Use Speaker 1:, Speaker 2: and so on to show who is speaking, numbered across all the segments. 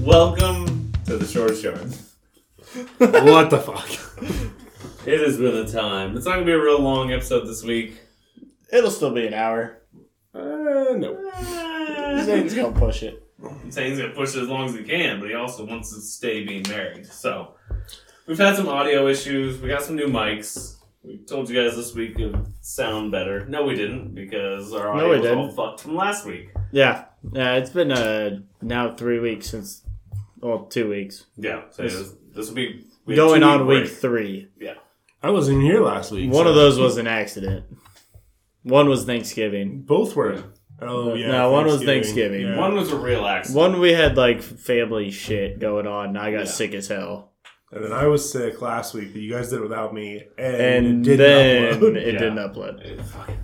Speaker 1: Welcome to the short showing.
Speaker 2: what the fuck?
Speaker 1: It has been a time. It's not gonna be a real long episode this week.
Speaker 3: It'll still be an hour.
Speaker 2: Uh, no.
Speaker 3: Zane's
Speaker 1: Zane's
Speaker 3: gonna push it.
Speaker 1: Ah. gonna push it as long as he can, but he also wants to stay being married. So we've had some audio issues. We got some new mics. We told you guys this week it would sound better. No, we didn't because our audio
Speaker 3: No, we
Speaker 1: was all
Speaker 3: didn't.
Speaker 1: fucked from last week.
Speaker 3: Yeah, yeah. It's been uh now three weeks since, well, two weeks.
Speaker 1: Yeah. So
Speaker 3: This-
Speaker 1: this, this will be we had
Speaker 3: Going
Speaker 1: two-week
Speaker 3: on week
Speaker 1: break.
Speaker 3: three.
Speaker 2: I wasn't here last week.
Speaker 3: One
Speaker 2: so-
Speaker 3: of those was an accident. One was Thanksgiving.
Speaker 2: Both were. Oh yeah.
Speaker 3: No, one was Thanksgiving.
Speaker 2: Yeah.
Speaker 1: One was a real accident.
Speaker 3: One we had like family shit going on. And I got
Speaker 1: Yeah.
Speaker 3: sick as hell,
Speaker 2: and then I was sick last week, but you guys did it without me, and,
Speaker 3: and
Speaker 2: it didn't
Speaker 3: then
Speaker 2: upload.
Speaker 3: it
Speaker 1: Yeah.
Speaker 3: didn't upload.
Speaker 1: It- fuck it.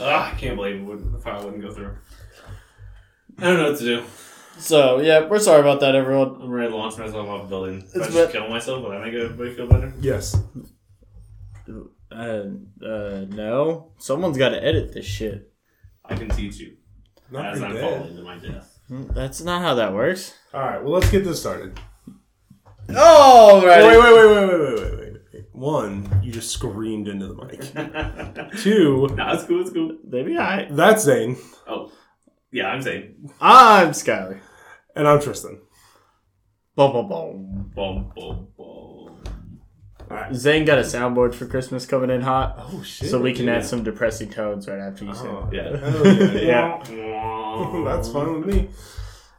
Speaker 1: Ugh, I can't believe it wouldn't, the file wouldn't go through. I don't know what to do.
Speaker 3: So yeah, we're sorry about that, everyone.
Speaker 1: I'm ready to launch myself off the building. If I just
Speaker 3: It's bet-
Speaker 1: kill myself, will that make everybody feel better?
Speaker 2: Yes.
Speaker 3: Uh, uh, no, someone's got to edit this shit.
Speaker 1: I can teach you
Speaker 2: Not
Speaker 1: as
Speaker 2: your
Speaker 1: I'm
Speaker 2: dad.
Speaker 1: falling to my death.
Speaker 3: Hmm, That's not how that works.
Speaker 2: All right. Well, let's get this started.
Speaker 3: Oh right.
Speaker 2: Wait, wait, wait, wait, wait, wait, wait, wait, wait. One, you just screamed into the mic. Two,
Speaker 1: nah, it's cool, it's cool.
Speaker 3: Maybe I.
Speaker 2: that's Zane,
Speaker 1: Oh, yeah, I'm saying.
Speaker 3: I'm Skyler.
Speaker 2: and I'm Tristan.
Speaker 3: Boom, boom, boom.
Speaker 1: Boom, boom, boom.
Speaker 3: Zane got a soundboard for Christmas coming in hot,
Speaker 2: Oh shit.
Speaker 3: so we can
Speaker 1: yeah.
Speaker 3: add some depressing tones right after you say.
Speaker 2: Oh,
Speaker 3: it.
Speaker 1: Yeah.
Speaker 2: hell yeah.
Speaker 1: yeah.
Speaker 2: that's fine with me.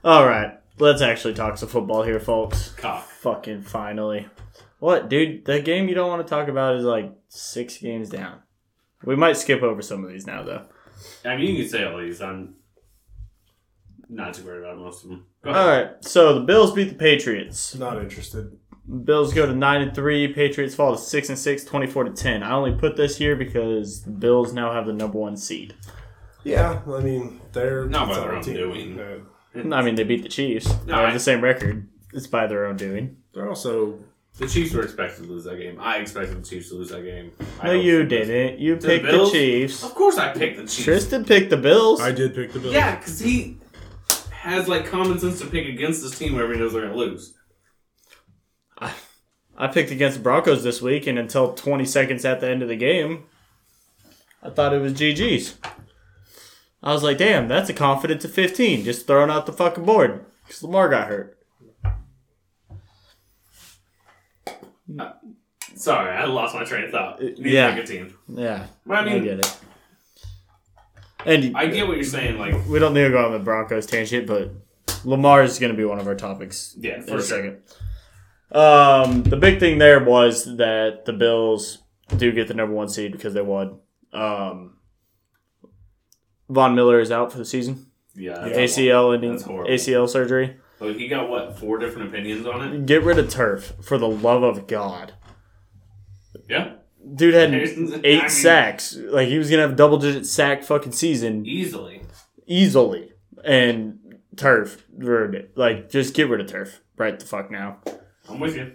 Speaker 3: All right, let's actually talk some football here, folks.
Speaker 1: Cock.
Speaker 3: Fucking finally. What, dude? The game you don't want to talk about is like six games down. We might skip over some of these now, though.
Speaker 1: I mean, you can say all these. I'm not too worried about most of them. Go ahead.
Speaker 3: All right, so the Bills beat the Patriots.
Speaker 2: Not interested.
Speaker 3: Bills go to 9 and 3, Patriots fall to 6 and 6, 24 to 10. I only put this here because the Bills now have the number 1 seed.
Speaker 2: Yeah, I mean they're
Speaker 1: Not by
Speaker 2: it's our
Speaker 1: their own
Speaker 2: team.
Speaker 1: doing.
Speaker 2: Uh,
Speaker 3: I mean, they beat the Chiefs. They
Speaker 1: All right.
Speaker 3: have the same record. It's by their own doing.
Speaker 2: They're also
Speaker 1: The Chiefs were expected to lose that game. I expected the Chiefs to lose that game. I
Speaker 3: No,
Speaker 1: hope-
Speaker 3: you didn't. You
Speaker 1: the
Speaker 3: picked the,
Speaker 1: Bills? Oh.
Speaker 3: Chiefs.
Speaker 1: Of course, I picked the Chiefs.
Speaker 3: Tristan picked the Bills.
Speaker 2: I did pick the Bills.
Speaker 1: Yeah, because he has like common sense to pick against this team whenever he knows they're gonna lose.
Speaker 3: I picked against the Broncos this week, and until 20 seconds at the end of the game, I thought it was GG's. I was like, damn, that's a confident to 15, just throwing out the fucking board because Lamar got hurt.
Speaker 1: Sorry, I lost my train of thought. Need to
Speaker 3: Uh, yeah.
Speaker 1: pick a team.
Speaker 3: Yeah,
Speaker 1: But I
Speaker 3: I
Speaker 1: mean,
Speaker 3: get it. And
Speaker 1: I get what you're saying. Like,
Speaker 3: we don't need to go on the Broncos tangent, but Lamar is going to be one of our topics
Speaker 1: yeah,
Speaker 3: in
Speaker 1: for sure.
Speaker 3: a second. Um, the big thing there was that the Bills do get the number one seed because they won. Um, Von Miller is out for the season.
Speaker 1: Yeah,
Speaker 2: Yeah.
Speaker 1: that's-
Speaker 3: ACL ending,
Speaker 1: That's horrible.
Speaker 3: ACL surgery.
Speaker 1: Like, he got what four different opinions on it.
Speaker 3: Get rid of turf for the love of God.
Speaker 1: Yeah,
Speaker 3: Dude had
Speaker 1: Harrison's- I
Speaker 3: eight
Speaker 1: mean-
Speaker 3: sacks. Like he was gonna have double digit sack fucking season
Speaker 1: easily.
Speaker 3: easily. And turf ruined it. Like just get rid of turf right the fuck now.
Speaker 1: I'm with you.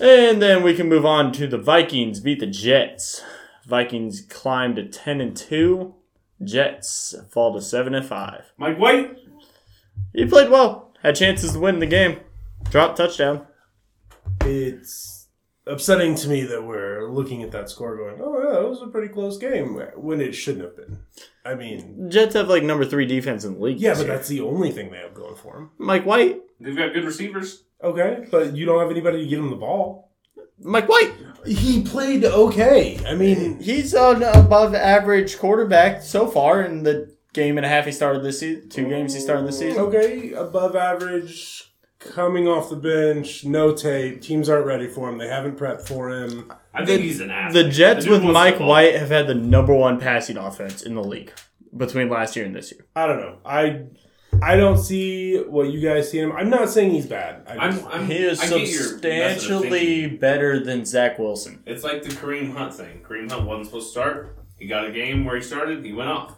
Speaker 3: And then we can move on to the Vikings beat the Jets. Vikings climb to ten and two. Jets fall to seven and five.
Speaker 1: Mike White.
Speaker 3: He played well. Had chances to win the game. Drop touchdown.
Speaker 2: It's upsetting to me that we're looking at that score going, oh, yeah, that was a pretty close game, when it shouldn't have been. I mean,
Speaker 3: Jets have like number three defense in the league.
Speaker 2: yeah,
Speaker 3: this
Speaker 2: but
Speaker 3: year.
Speaker 2: that's the only thing they have going for them.
Speaker 3: Mike White.
Speaker 1: They've got good receivers.
Speaker 2: Okay, but you don't have anybody to get him the ball.
Speaker 3: Mike White.
Speaker 2: He played okay. I mean,
Speaker 3: He's an above average quarterback so far in the game and a half he started this season. Two games he started this season.
Speaker 2: okay, above average, coming off the bench, no tape. Teams aren't ready for him. They haven't prepped for him.
Speaker 1: I think he's an ass.
Speaker 3: The Jets with Mike White have had the number one passing offense in the league between last year and this year.
Speaker 2: I don't know. I. I don't see what you guys see in him. I'm not saying he's bad. I just-
Speaker 1: I'm, I'm,
Speaker 3: He is
Speaker 1: I get your method of thinking.
Speaker 3: substantially better than Zach Wilson.
Speaker 1: It's like the Kareem Hunt thing. Kareem Hunt wasn't supposed to start. He got a game where he started. He went off,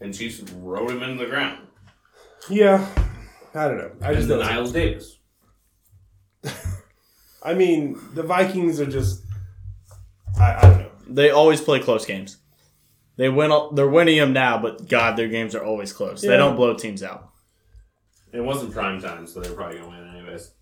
Speaker 1: and Chiefs rode him into the ground.
Speaker 2: Yeah, I don't know. I
Speaker 1: And
Speaker 2: just
Speaker 1: then
Speaker 2: don't. see-
Speaker 1: Niles Davis.
Speaker 2: I mean, the Vikings are just. I, I don't know.
Speaker 3: They always play close games. They win. They're winning them now, but God, their games are always close. They
Speaker 2: Yeah.
Speaker 3: don't blow teams out.
Speaker 1: It wasn't prime time, so they were probably gonna win anyways.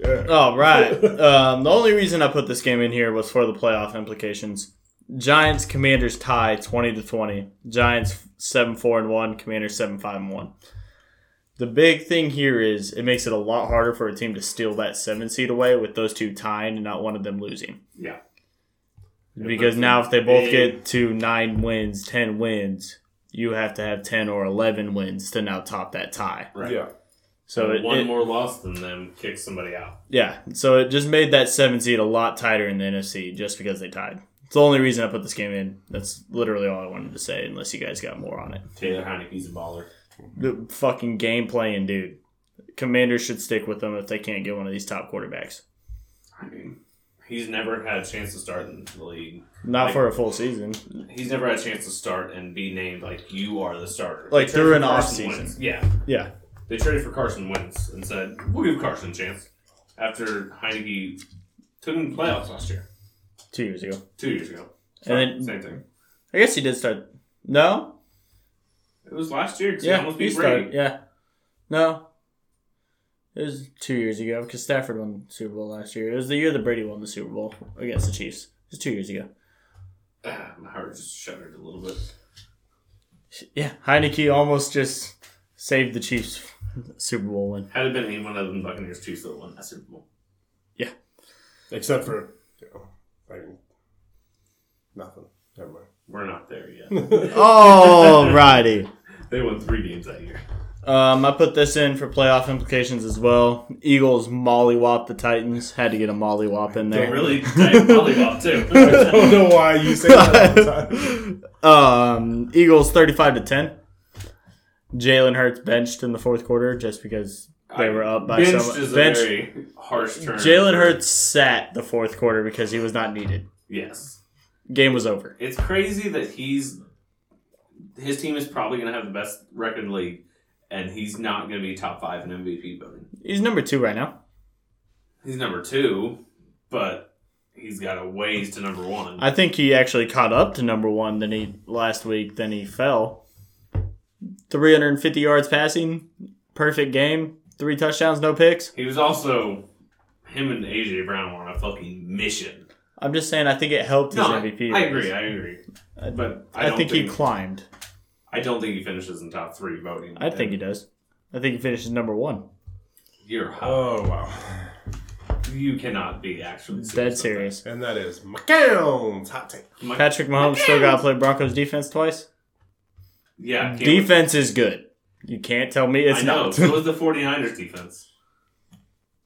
Speaker 2: Yeah.
Speaker 3: All right. um, the only reason I put this game in here was for the playoff implications. Giants Commanders tie twenty to twenty. Giants seven four and one. Commanders seven five and one. The big thing here is it makes it a lot harder for a team to steal that seven seed away with those two tying and not one of them losing.
Speaker 1: Yeah.
Speaker 3: Because now if they both get to nine wins, ten wins, you have to have ten or eleven wins to now top that tie.
Speaker 1: Right.
Speaker 2: Yeah.
Speaker 3: So it,
Speaker 1: one
Speaker 3: it-
Speaker 1: more loss than them kicks somebody out.
Speaker 3: Yeah, so it just made that seven seed a lot tighter in the NFC just because they tied. It's the only reason I put this game in. That's literally all I wanted to say, unless you guys got more on it.
Speaker 1: Taylor Heineke's a baller.
Speaker 3: The fucking game playing, dude. Commanders should stick with them if they can't get one of these top quarterbacks.
Speaker 1: I mean, he's never had a chance to start in the league.
Speaker 3: Not for a full season.
Speaker 1: He's never had a chance to start and be named like you are the starter.
Speaker 3: Like,
Speaker 1: They traded
Speaker 3: through
Speaker 1: for
Speaker 3: an off
Speaker 1: Carson
Speaker 3: season.
Speaker 1: Wentz. Yeah,
Speaker 3: Yeah.
Speaker 1: they traded for Carson Wentz and said we'll give Carson a chance after Heineke took him to the playoffs last year,
Speaker 3: Two years ago.
Speaker 1: two years ago.
Speaker 3: And then
Speaker 1: same thing.
Speaker 3: I guess he did start No?
Speaker 1: It was last year because he
Speaker 3: Yeah.
Speaker 1: almost
Speaker 3: He
Speaker 1: beat
Speaker 3: started
Speaker 1: Brady.
Speaker 3: yeah. No. It was two years ago because Stafford won the Super Bowl last year. It was the year that Brady won the Super Bowl against the Chiefs. It was two years ago.
Speaker 1: Ah, my heart just shuddered a little bit.
Speaker 3: Yeah, Heineke almost just saved the Chiefs Super Bowl win.
Speaker 1: Had it been any one of them Buccaneers Chiefs that won that Super Bowl.
Speaker 2: Except for, you know, I mean, nothing. Never mind.
Speaker 1: We're not there yet.
Speaker 3: Alrighty.
Speaker 1: they won three games that year.
Speaker 3: Um, I put this in for playoff implications as well. Eagles mollywop the Titans. Had to get a mollywop in
Speaker 1: They
Speaker 3: there.
Speaker 1: really tight volleyball
Speaker 2: I
Speaker 1: too.
Speaker 2: don't know why you say that all the time.
Speaker 3: um, Eagles thirty-five to ten. Jalen Hurts benched in the fourth quarter just because they were up by
Speaker 1: benched
Speaker 3: so much.
Speaker 1: is
Speaker 3: Bench-
Speaker 1: a very harsh term.
Speaker 3: Jalen Hurts sat the fourth quarter because he was not needed.
Speaker 1: Yes,
Speaker 3: Game was over.
Speaker 1: it's crazy that he's his team is probably going to have the best record in the league, and he's not going to be top five in MVP voting.
Speaker 3: He's number two right now.
Speaker 1: He's number two, but he's got a ways to number one.
Speaker 3: I think he actually caught up to number one than he last week. Then he fell. 350 yards passing, perfect game, three touchdowns, no picks.
Speaker 1: he was also him and AJ Brown were on a fucking mission.
Speaker 3: I'm just saying, I think it helped his
Speaker 1: No, I-
Speaker 3: MVP.
Speaker 1: I
Speaker 3: race.
Speaker 1: agree. I agree.
Speaker 3: I-
Speaker 1: But I,
Speaker 3: I,
Speaker 1: don't
Speaker 3: think,
Speaker 1: think
Speaker 3: he climbed.
Speaker 1: I don't think he finishes in top three voting.
Speaker 3: I think he does. I think he finishes number one.
Speaker 1: You're hot.
Speaker 2: Oh, wow.
Speaker 1: You cannot be actually serious
Speaker 3: Dead
Speaker 1: about
Speaker 3: serious.
Speaker 2: And that is McCown's hot take.
Speaker 1: that. My-
Speaker 3: Patrick Mahomes still got to play Broncos defense twice.
Speaker 1: yeah, can't-
Speaker 3: Defense is good. You can't tell me it's
Speaker 1: I know.
Speaker 3: not.
Speaker 1: so was the 49ers defense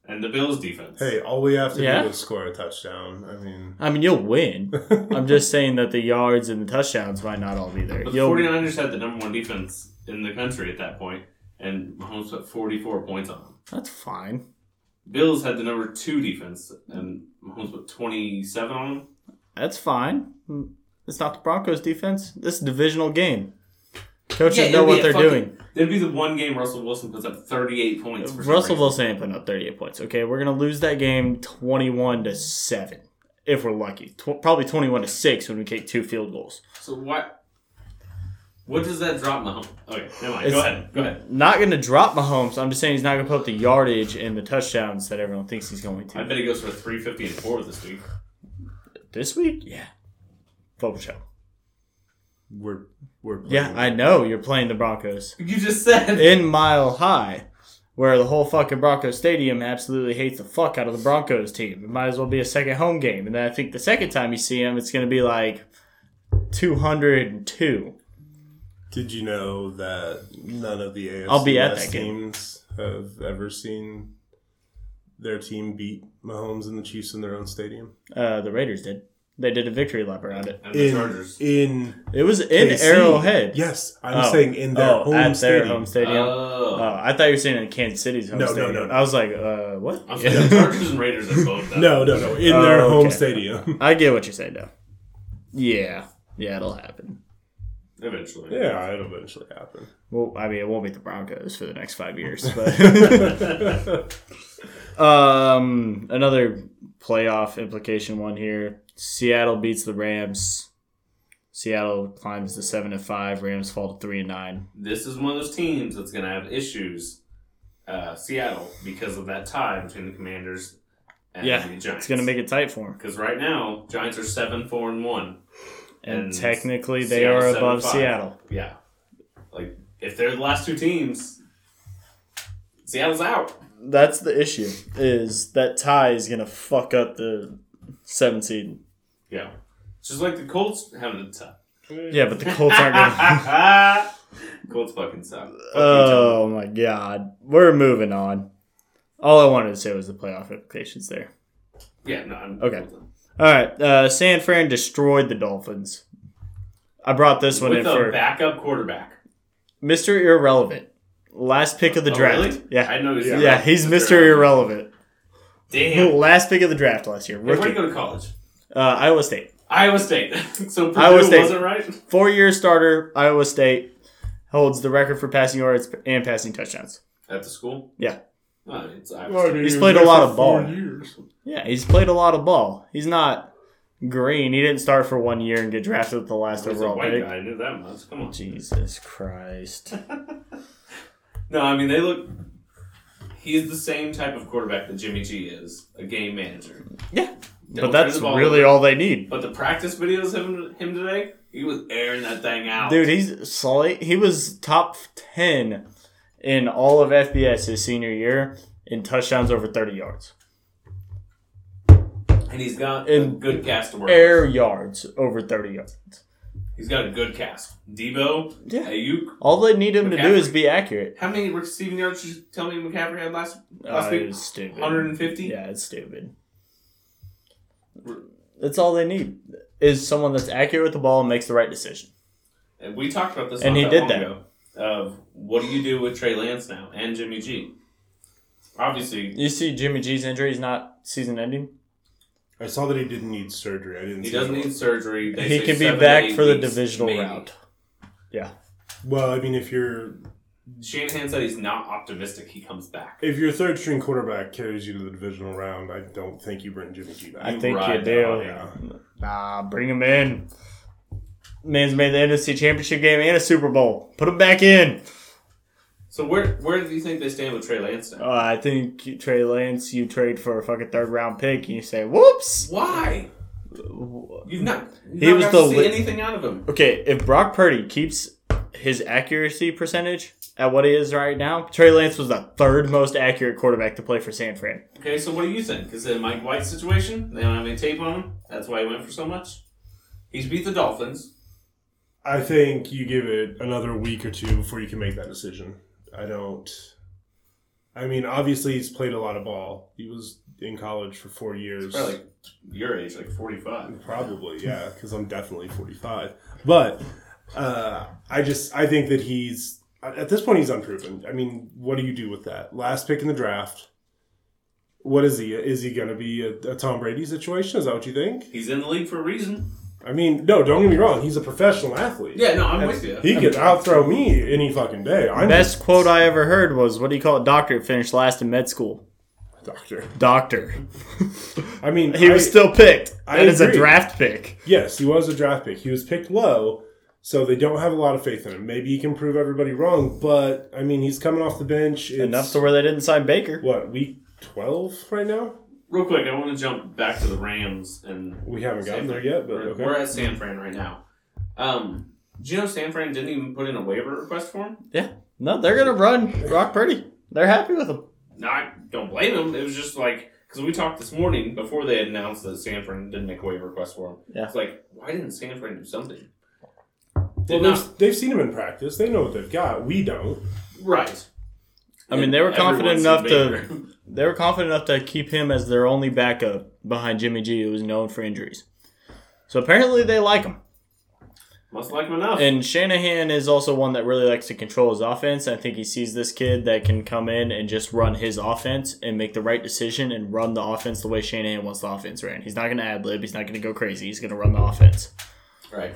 Speaker 1: and the Bills defense.
Speaker 2: Hey, all we have to
Speaker 3: Yeah.
Speaker 2: do is score a touchdown. I mean,
Speaker 3: I mean, you'll win. I'm just saying that the yards and the touchdowns might not all be there.
Speaker 1: But the
Speaker 3: You'll-
Speaker 1: 49ers had the number one defense in the country at that point, and Mahomes put 44 points on them.
Speaker 3: that's fine.
Speaker 1: Bills had the number two defense, and Mahomes put 27 on them.
Speaker 3: That's fine. It's not the Broncos defense. This is a divisional game. Coaches know what they're doing.
Speaker 1: That'd be the one game Russell Wilson puts up 38 points. For some
Speaker 3: Russell
Speaker 1: reason.
Speaker 3: Wilson ain't putting up 38 points. Okay, we're gonna lose that game 21 to seven if we're lucky. Tw- probably 21 to six when we kick two field goals.
Speaker 1: So what? What does that drop Mahomes? Okay, never mind. Go
Speaker 3: It's-
Speaker 1: ahead. Go ahead.
Speaker 3: Not gonna drop Mahomes. I'm just saying he's not gonna put up the yardage and the touchdowns that everyone thinks he's going
Speaker 1: I
Speaker 3: to.
Speaker 1: bet he goes for 350 and four this week.
Speaker 3: This week, yeah. Football show.
Speaker 2: we're we're
Speaker 3: Yeah, I know you're playing the Broncos.
Speaker 1: You just said
Speaker 3: in Mile High, where the whole fucking Broncos Stadium absolutely hates the fuck out of the Broncos team. It might as well be a second home game. And then I think the second time you see him, it's going to be like 202.
Speaker 2: Did you know that none of the AFC
Speaker 3: I'll be at
Speaker 2: West
Speaker 3: that game.
Speaker 2: teams have ever seen their team beat Mahomes and the Chiefs in their own stadium?
Speaker 3: Uh, the Raiders did. They did a victory lap around it.
Speaker 1: And the
Speaker 2: In,
Speaker 1: Chargers.
Speaker 2: in
Speaker 3: It was in
Speaker 2: KC.
Speaker 3: Arrowhead.
Speaker 2: Yes, I'm
Speaker 3: Oh.
Speaker 2: saying in their
Speaker 3: oh,
Speaker 2: home
Speaker 3: at
Speaker 2: stadium.
Speaker 3: their home stadium. Oh.
Speaker 1: Oh.
Speaker 3: I thought you were saying in Kansas City's home
Speaker 2: No, no,
Speaker 3: stadium.
Speaker 2: no, no.
Speaker 3: I was like, uh, what?
Speaker 1: I'm sorry, the Chargers and Raiders are both that.
Speaker 2: No, no, no, in
Speaker 3: Oh,
Speaker 2: their home
Speaker 3: okay.
Speaker 2: stadium.
Speaker 3: I get what you're saying, though. Yeah. Yeah, it'll happen.
Speaker 1: Eventually.
Speaker 2: yeah, it'll eventually happen.
Speaker 3: Well, I mean, it won't be the Broncos for the next five years, but. Um, another playoff implication one here. Seattle beats the Rams Seattle climbs to seven and five. Rams fall to three and nine.
Speaker 1: This is one of those teams that's going to have issues, uh, Seattle, because of that tie between the Commanders and
Speaker 3: Yeah,
Speaker 1: the Giants.
Speaker 3: It's gonna make it tight for them.
Speaker 1: because right now Giants are seven, four, and one.
Speaker 3: And,
Speaker 1: And
Speaker 3: technically, they
Speaker 1: Seattle
Speaker 3: are
Speaker 1: seven
Speaker 3: above
Speaker 1: five.
Speaker 3: Seattle.
Speaker 1: Yeah, like if they're the last two teams, Seattle's out.
Speaker 3: That's the issue. Is that tie is gonna fuck up the seven seed?
Speaker 1: Yeah, it's just like the Colts having a tie.
Speaker 3: Yeah, but the Colts aren't gonna.
Speaker 1: Colts fucking suck. Fuck you, Tom.
Speaker 3: oh my god, we're moving on. All I wanted to say was the playoff implications there.
Speaker 1: yeah, no, I'm
Speaker 3: Okay. All right, uh, San Fran destroyed the Dolphins. I brought this one
Speaker 1: With
Speaker 3: in
Speaker 1: a
Speaker 3: for
Speaker 1: backup quarterback.
Speaker 3: Mr. Irrelevant, last pick of the
Speaker 1: Oh,
Speaker 3: draft.
Speaker 1: really?
Speaker 3: Yeah,
Speaker 1: I know. he's-
Speaker 3: yeah, he's Mr. Irrelevant.
Speaker 1: Damn.
Speaker 3: Last pick of the draft last year.
Speaker 1: Hey, where'd he
Speaker 3: Rookie,
Speaker 1: go to college?
Speaker 3: uh, Iowa State.
Speaker 1: Iowa State. so Purdue
Speaker 3: Iowa State.
Speaker 1: wasn't right.
Speaker 3: Four year starter, Iowa State holds the record for passing yards and passing touchdowns.
Speaker 1: At the school.
Speaker 3: Yeah.
Speaker 1: Oh, it's Iowa
Speaker 2: Well,
Speaker 1: State.
Speaker 2: dude,
Speaker 3: He's
Speaker 2: he was
Speaker 3: played a
Speaker 2: there
Speaker 3: lot
Speaker 2: for
Speaker 3: of
Speaker 2: four
Speaker 3: ball.
Speaker 2: years.
Speaker 3: Yeah, he's played a lot of ball. He's not green. He didn't start for one year and get drafted with the last
Speaker 1: He's a
Speaker 3: overall
Speaker 1: white
Speaker 3: pick.
Speaker 1: guy. I knew that much. Come on.
Speaker 3: Jesus Christ.
Speaker 1: No, I mean they look. He's the same type of quarterback that Jimmy G is, a game manager.
Speaker 3: Yeah.
Speaker 1: Don't
Speaker 3: But that's
Speaker 1: turn the ball
Speaker 3: really
Speaker 1: over.
Speaker 3: all they need.
Speaker 1: But the practice videos of him, him today, he was airing that thing out.
Speaker 3: Dude, he's slight. He was top 10 in all of FBS his senior year in touchdowns over 30 yards,
Speaker 1: and he's got a
Speaker 3: And-
Speaker 1: good cast to work.
Speaker 3: air yards over 30 yards.
Speaker 1: He's got a good cast. Debo,
Speaker 3: Yeah.
Speaker 1: Ayuk.
Speaker 3: All they need him to do
Speaker 1: McCaffrey.
Speaker 3: is be accurate.
Speaker 1: How many receiving yards did you tell me McCaffrey had last last
Speaker 3: Uh, it
Speaker 1: week?
Speaker 3: was stupid.
Speaker 1: 150.
Speaker 3: Yeah, it's stupid. That's all they need is someone that's accurate with the ball and makes the right decision.
Speaker 1: And we talked about this.
Speaker 3: And
Speaker 1: not
Speaker 3: he
Speaker 1: that
Speaker 3: did
Speaker 1: long
Speaker 3: that.
Speaker 1: Ago, of what do you do with Trey Lance now and Jimmy G? Obviously,
Speaker 3: You see, Jimmy G's injury is not season-ending.
Speaker 2: I saw that he didn't need surgery. I didn't.
Speaker 1: he
Speaker 2: see
Speaker 1: doesn't
Speaker 2: that.
Speaker 1: need surgery. They
Speaker 3: he
Speaker 1: say
Speaker 3: could be
Speaker 1: seven to
Speaker 3: back
Speaker 1: eight
Speaker 3: for the
Speaker 1: weeks,
Speaker 3: divisional
Speaker 1: maybe.
Speaker 3: round. Yeah,
Speaker 2: Well, I mean, if you're
Speaker 1: Shanahan said he's not optimistic he comes back.
Speaker 2: if your third string quarterback carries you to the divisional round, I don't think you bring Jimmy G back.
Speaker 3: I think you
Speaker 1: ride
Speaker 3: do.
Speaker 1: that
Speaker 2: out,
Speaker 3: Nah, bring him in. Man's made the NFC Championship game and a Super Bowl. Put him back in.
Speaker 1: So where where do you think they stand with Trey Lance now?
Speaker 3: Uh, I think Trey Lance, you trade for a fucking third round pick, and you say, "Whoops."
Speaker 1: Why? You've not. You've
Speaker 3: He
Speaker 1: not
Speaker 3: was
Speaker 1: got
Speaker 3: the
Speaker 1: to see
Speaker 3: li-
Speaker 1: anything out of him.
Speaker 3: Okay, if Brock Purdy keeps his accuracy percentage at what he is right now, Trey Lance was the third most accurate quarterback to play for San Fran.
Speaker 1: Okay, so what do you think? Is it a Mike White situation? They don't have any tape on him. That's why he went for so much. He's beat the Dolphins.
Speaker 2: I think you give it another week or two before you can make that decision. I don't. I mean, obviously, he's played a lot of ball. He was in college for four years.
Speaker 1: Probably like your age, like forty five.
Speaker 2: Probably, yeah, because I'm definitely 45. But uh, I just I think that he's at this point he's unproven. I mean, what do you do with that last pick in the draft? What is he? Is he going to be a, a Tom Brady situation? Is that what you think?
Speaker 1: He's in the league for a reason.
Speaker 2: I mean, no, don't get me wrong. He's a professional athlete.
Speaker 1: Yeah, no, I'm with you.
Speaker 2: He could outthrow me any fucking day. I'm
Speaker 3: Best quote I ever heard was, "What do you call it? Doctor finished last in med school.
Speaker 2: a doctor.
Speaker 3: Doctor.
Speaker 2: I mean,
Speaker 3: He
Speaker 2: I-
Speaker 3: was still picked.
Speaker 2: I
Speaker 3: That is a
Speaker 2: agree.
Speaker 3: draft pick.
Speaker 2: Yes, he was a draft pick. He was picked low, so they don't have a lot of faith in him. Maybe he can prove everybody wrong, but I mean, he's coming off the bench. It's,
Speaker 3: Enough to where they didn't sign Baker.
Speaker 2: what week twelve right now?
Speaker 1: Real quick, I want to jump back to the Rams and
Speaker 2: We haven't gotten
Speaker 1: San
Speaker 2: there
Speaker 1: Fran.
Speaker 2: yet, but
Speaker 1: we're,
Speaker 2: okay.
Speaker 1: we're at San Fran right now. Um, do you know San Fran didn't even put in a waiver request for him?
Speaker 3: Yeah, no, they're gonna run Brock Purdy. They're happy with him.
Speaker 1: No, I don't blame him. It was just like because we talked this morning before they announced that San Fran didn't make a waiver request for him.
Speaker 3: Yeah.
Speaker 1: it's like why didn't San Fran do something?
Speaker 2: well,
Speaker 1: Did not
Speaker 2: they've, they've seen him in practice. They know what they've got. We don't.
Speaker 1: right.
Speaker 3: I mean, they were confident enough
Speaker 1: Everyone's in
Speaker 3: to
Speaker 1: Baker.
Speaker 3: they were confident enough to keep him as their only backup behind Jimmy G, who was known for injuries. So apparently they like him.
Speaker 1: must like him enough.
Speaker 3: And Shanahan is also one that really likes to control his offense. I think he sees this kid that can come in and just run his offense and make the right decision and run the offense the way Shanahan wants the offense ran. He's not going to ad lib. He's not going to go crazy. He's going to run the offense.
Speaker 1: right.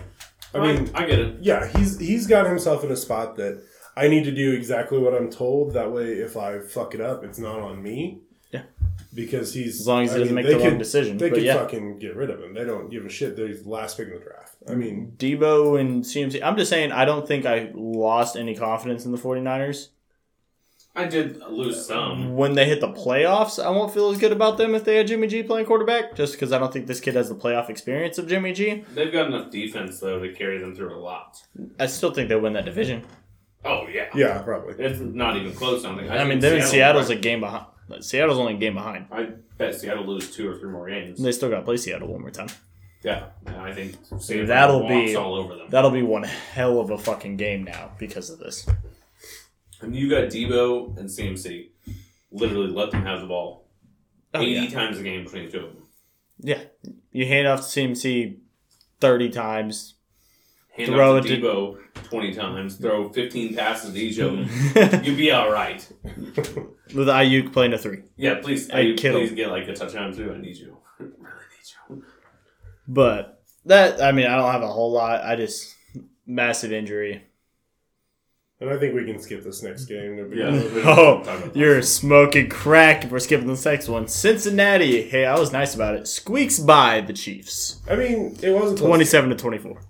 Speaker 2: I
Speaker 1: I
Speaker 2: mean-
Speaker 1: mean, I get it.
Speaker 2: Yeah, he's he's got himself in a spot that I need to do exactly what I'm told. That way, if I fuck it up, it's not on me.
Speaker 3: Yeah.
Speaker 2: Because he's
Speaker 3: As long as he doesn't make
Speaker 2: they
Speaker 3: the wrong
Speaker 2: could-
Speaker 3: decision,
Speaker 2: They
Speaker 3: but
Speaker 2: could
Speaker 3: yeah.
Speaker 2: fucking get rid of him. They don't give a shit. They're the last pick in the draft.
Speaker 3: Mm-hmm.
Speaker 2: I mean,
Speaker 3: Debo and CMC. I'm just saying, I don't think I lost any confidence in the 49ers.
Speaker 1: I did lose some.
Speaker 3: When they hit the playoffs, I won't feel as good about them if they had Jimmy G playing quarterback, just because I don't think this kid has the playoff experience of Jimmy G.
Speaker 1: They've got enough defense though to carry them through a lot.
Speaker 3: I still think they win that division.
Speaker 1: Oh yeah,
Speaker 2: yeah, probably.
Speaker 1: it's not even close. I, don't think.
Speaker 3: I, mean,
Speaker 1: think
Speaker 3: they're in Seattle's a game behind. Seattle's only a game behind.
Speaker 1: I bet Seattle lose two or three more games.
Speaker 3: They still got to play Seattle one more time.
Speaker 1: Yeah, and I think Seattle
Speaker 3: That'll
Speaker 1: walks
Speaker 3: be-
Speaker 1: all over them.
Speaker 3: That'll be one hell of a fucking game now because of this.
Speaker 1: And you got Debo and CMC. Literally, let them have the ball
Speaker 3: Oh,
Speaker 1: eighty
Speaker 3: yeah.
Speaker 1: times a game between the two of them.
Speaker 3: yeah. You hand off to CMC 30 times.
Speaker 1: Hand
Speaker 3: Throw
Speaker 1: off to
Speaker 3: it to-
Speaker 1: Debo twenty times. Throw fifteen passes to each of them. You'd be all right.
Speaker 3: With Ayuk playing a three.
Speaker 1: Yeah, please,
Speaker 3: Hey,
Speaker 1: please,
Speaker 3: Kittle.
Speaker 1: please get like a touchdown too. I need you. I really need you.
Speaker 3: But that, I mean, I don't have a whole lot. I just, massive injury.
Speaker 2: And I think we can skip this next game. It'll be-
Speaker 1: Yeah. we don't
Speaker 3: Oh,
Speaker 1: talk about that.
Speaker 3: you're smoking crack if we're skipping this next one. Cincinnati. Hey, I was nice about it. Squeaks by the Chiefs.
Speaker 2: I mean, it was a close
Speaker 3: 27 to 24.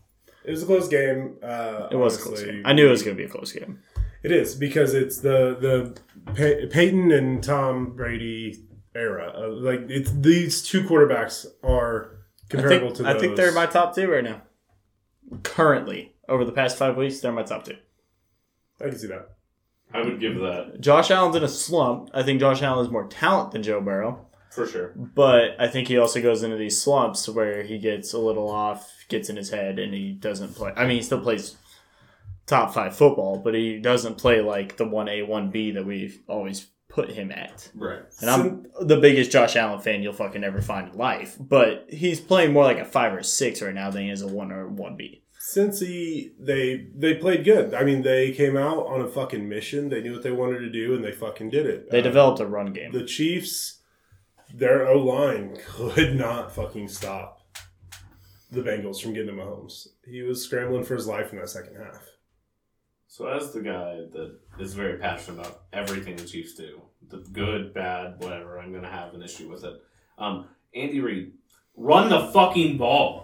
Speaker 2: It was a close game. Uh,
Speaker 3: It was a close game. I knew it was going to be a close game.
Speaker 2: It is because it's the the Pey- Peyton and Tom Brady era. Of, like it's these two quarterbacks are
Speaker 3: I
Speaker 2: comparable
Speaker 3: think,
Speaker 2: to.
Speaker 3: I
Speaker 2: Those.
Speaker 3: think they're my top two right now. Currently, over the past five weeks, they're my top two.
Speaker 2: I can see that.
Speaker 1: I would give that
Speaker 3: Josh Allen's in a slump. I think Josh Allen is more talent than Joe Burrow,
Speaker 1: for sure.
Speaker 3: Mm. but I think he also goes into these slumps where he gets a little off, gets in his head, and he doesn't play. I mean, he still plays top five football, but he doesn't play like the 1A, 1B that we've always put him at.
Speaker 1: Right.
Speaker 3: And I'm the biggest Josh Allen fan you'll fucking ever find in life, but he's playing more like a five or six right now than he is a one or one B.
Speaker 2: Cincy, they they played good. I mean, they came out on a fucking mission. They knew what they wanted to do, and they fucking did it.
Speaker 3: They
Speaker 2: Uh,
Speaker 3: developed a run game.
Speaker 2: the Chiefs. Their O line could not fucking stop the Bengals from getting to Mahomes. He was scrambling for his life in that second half.
Speaker 1: So as the guy that is very passionate about everything the Chiefs do, the good, bad, whatever, I'm gonna have an issue with it. Um, Andy Reid, run the fucking ball.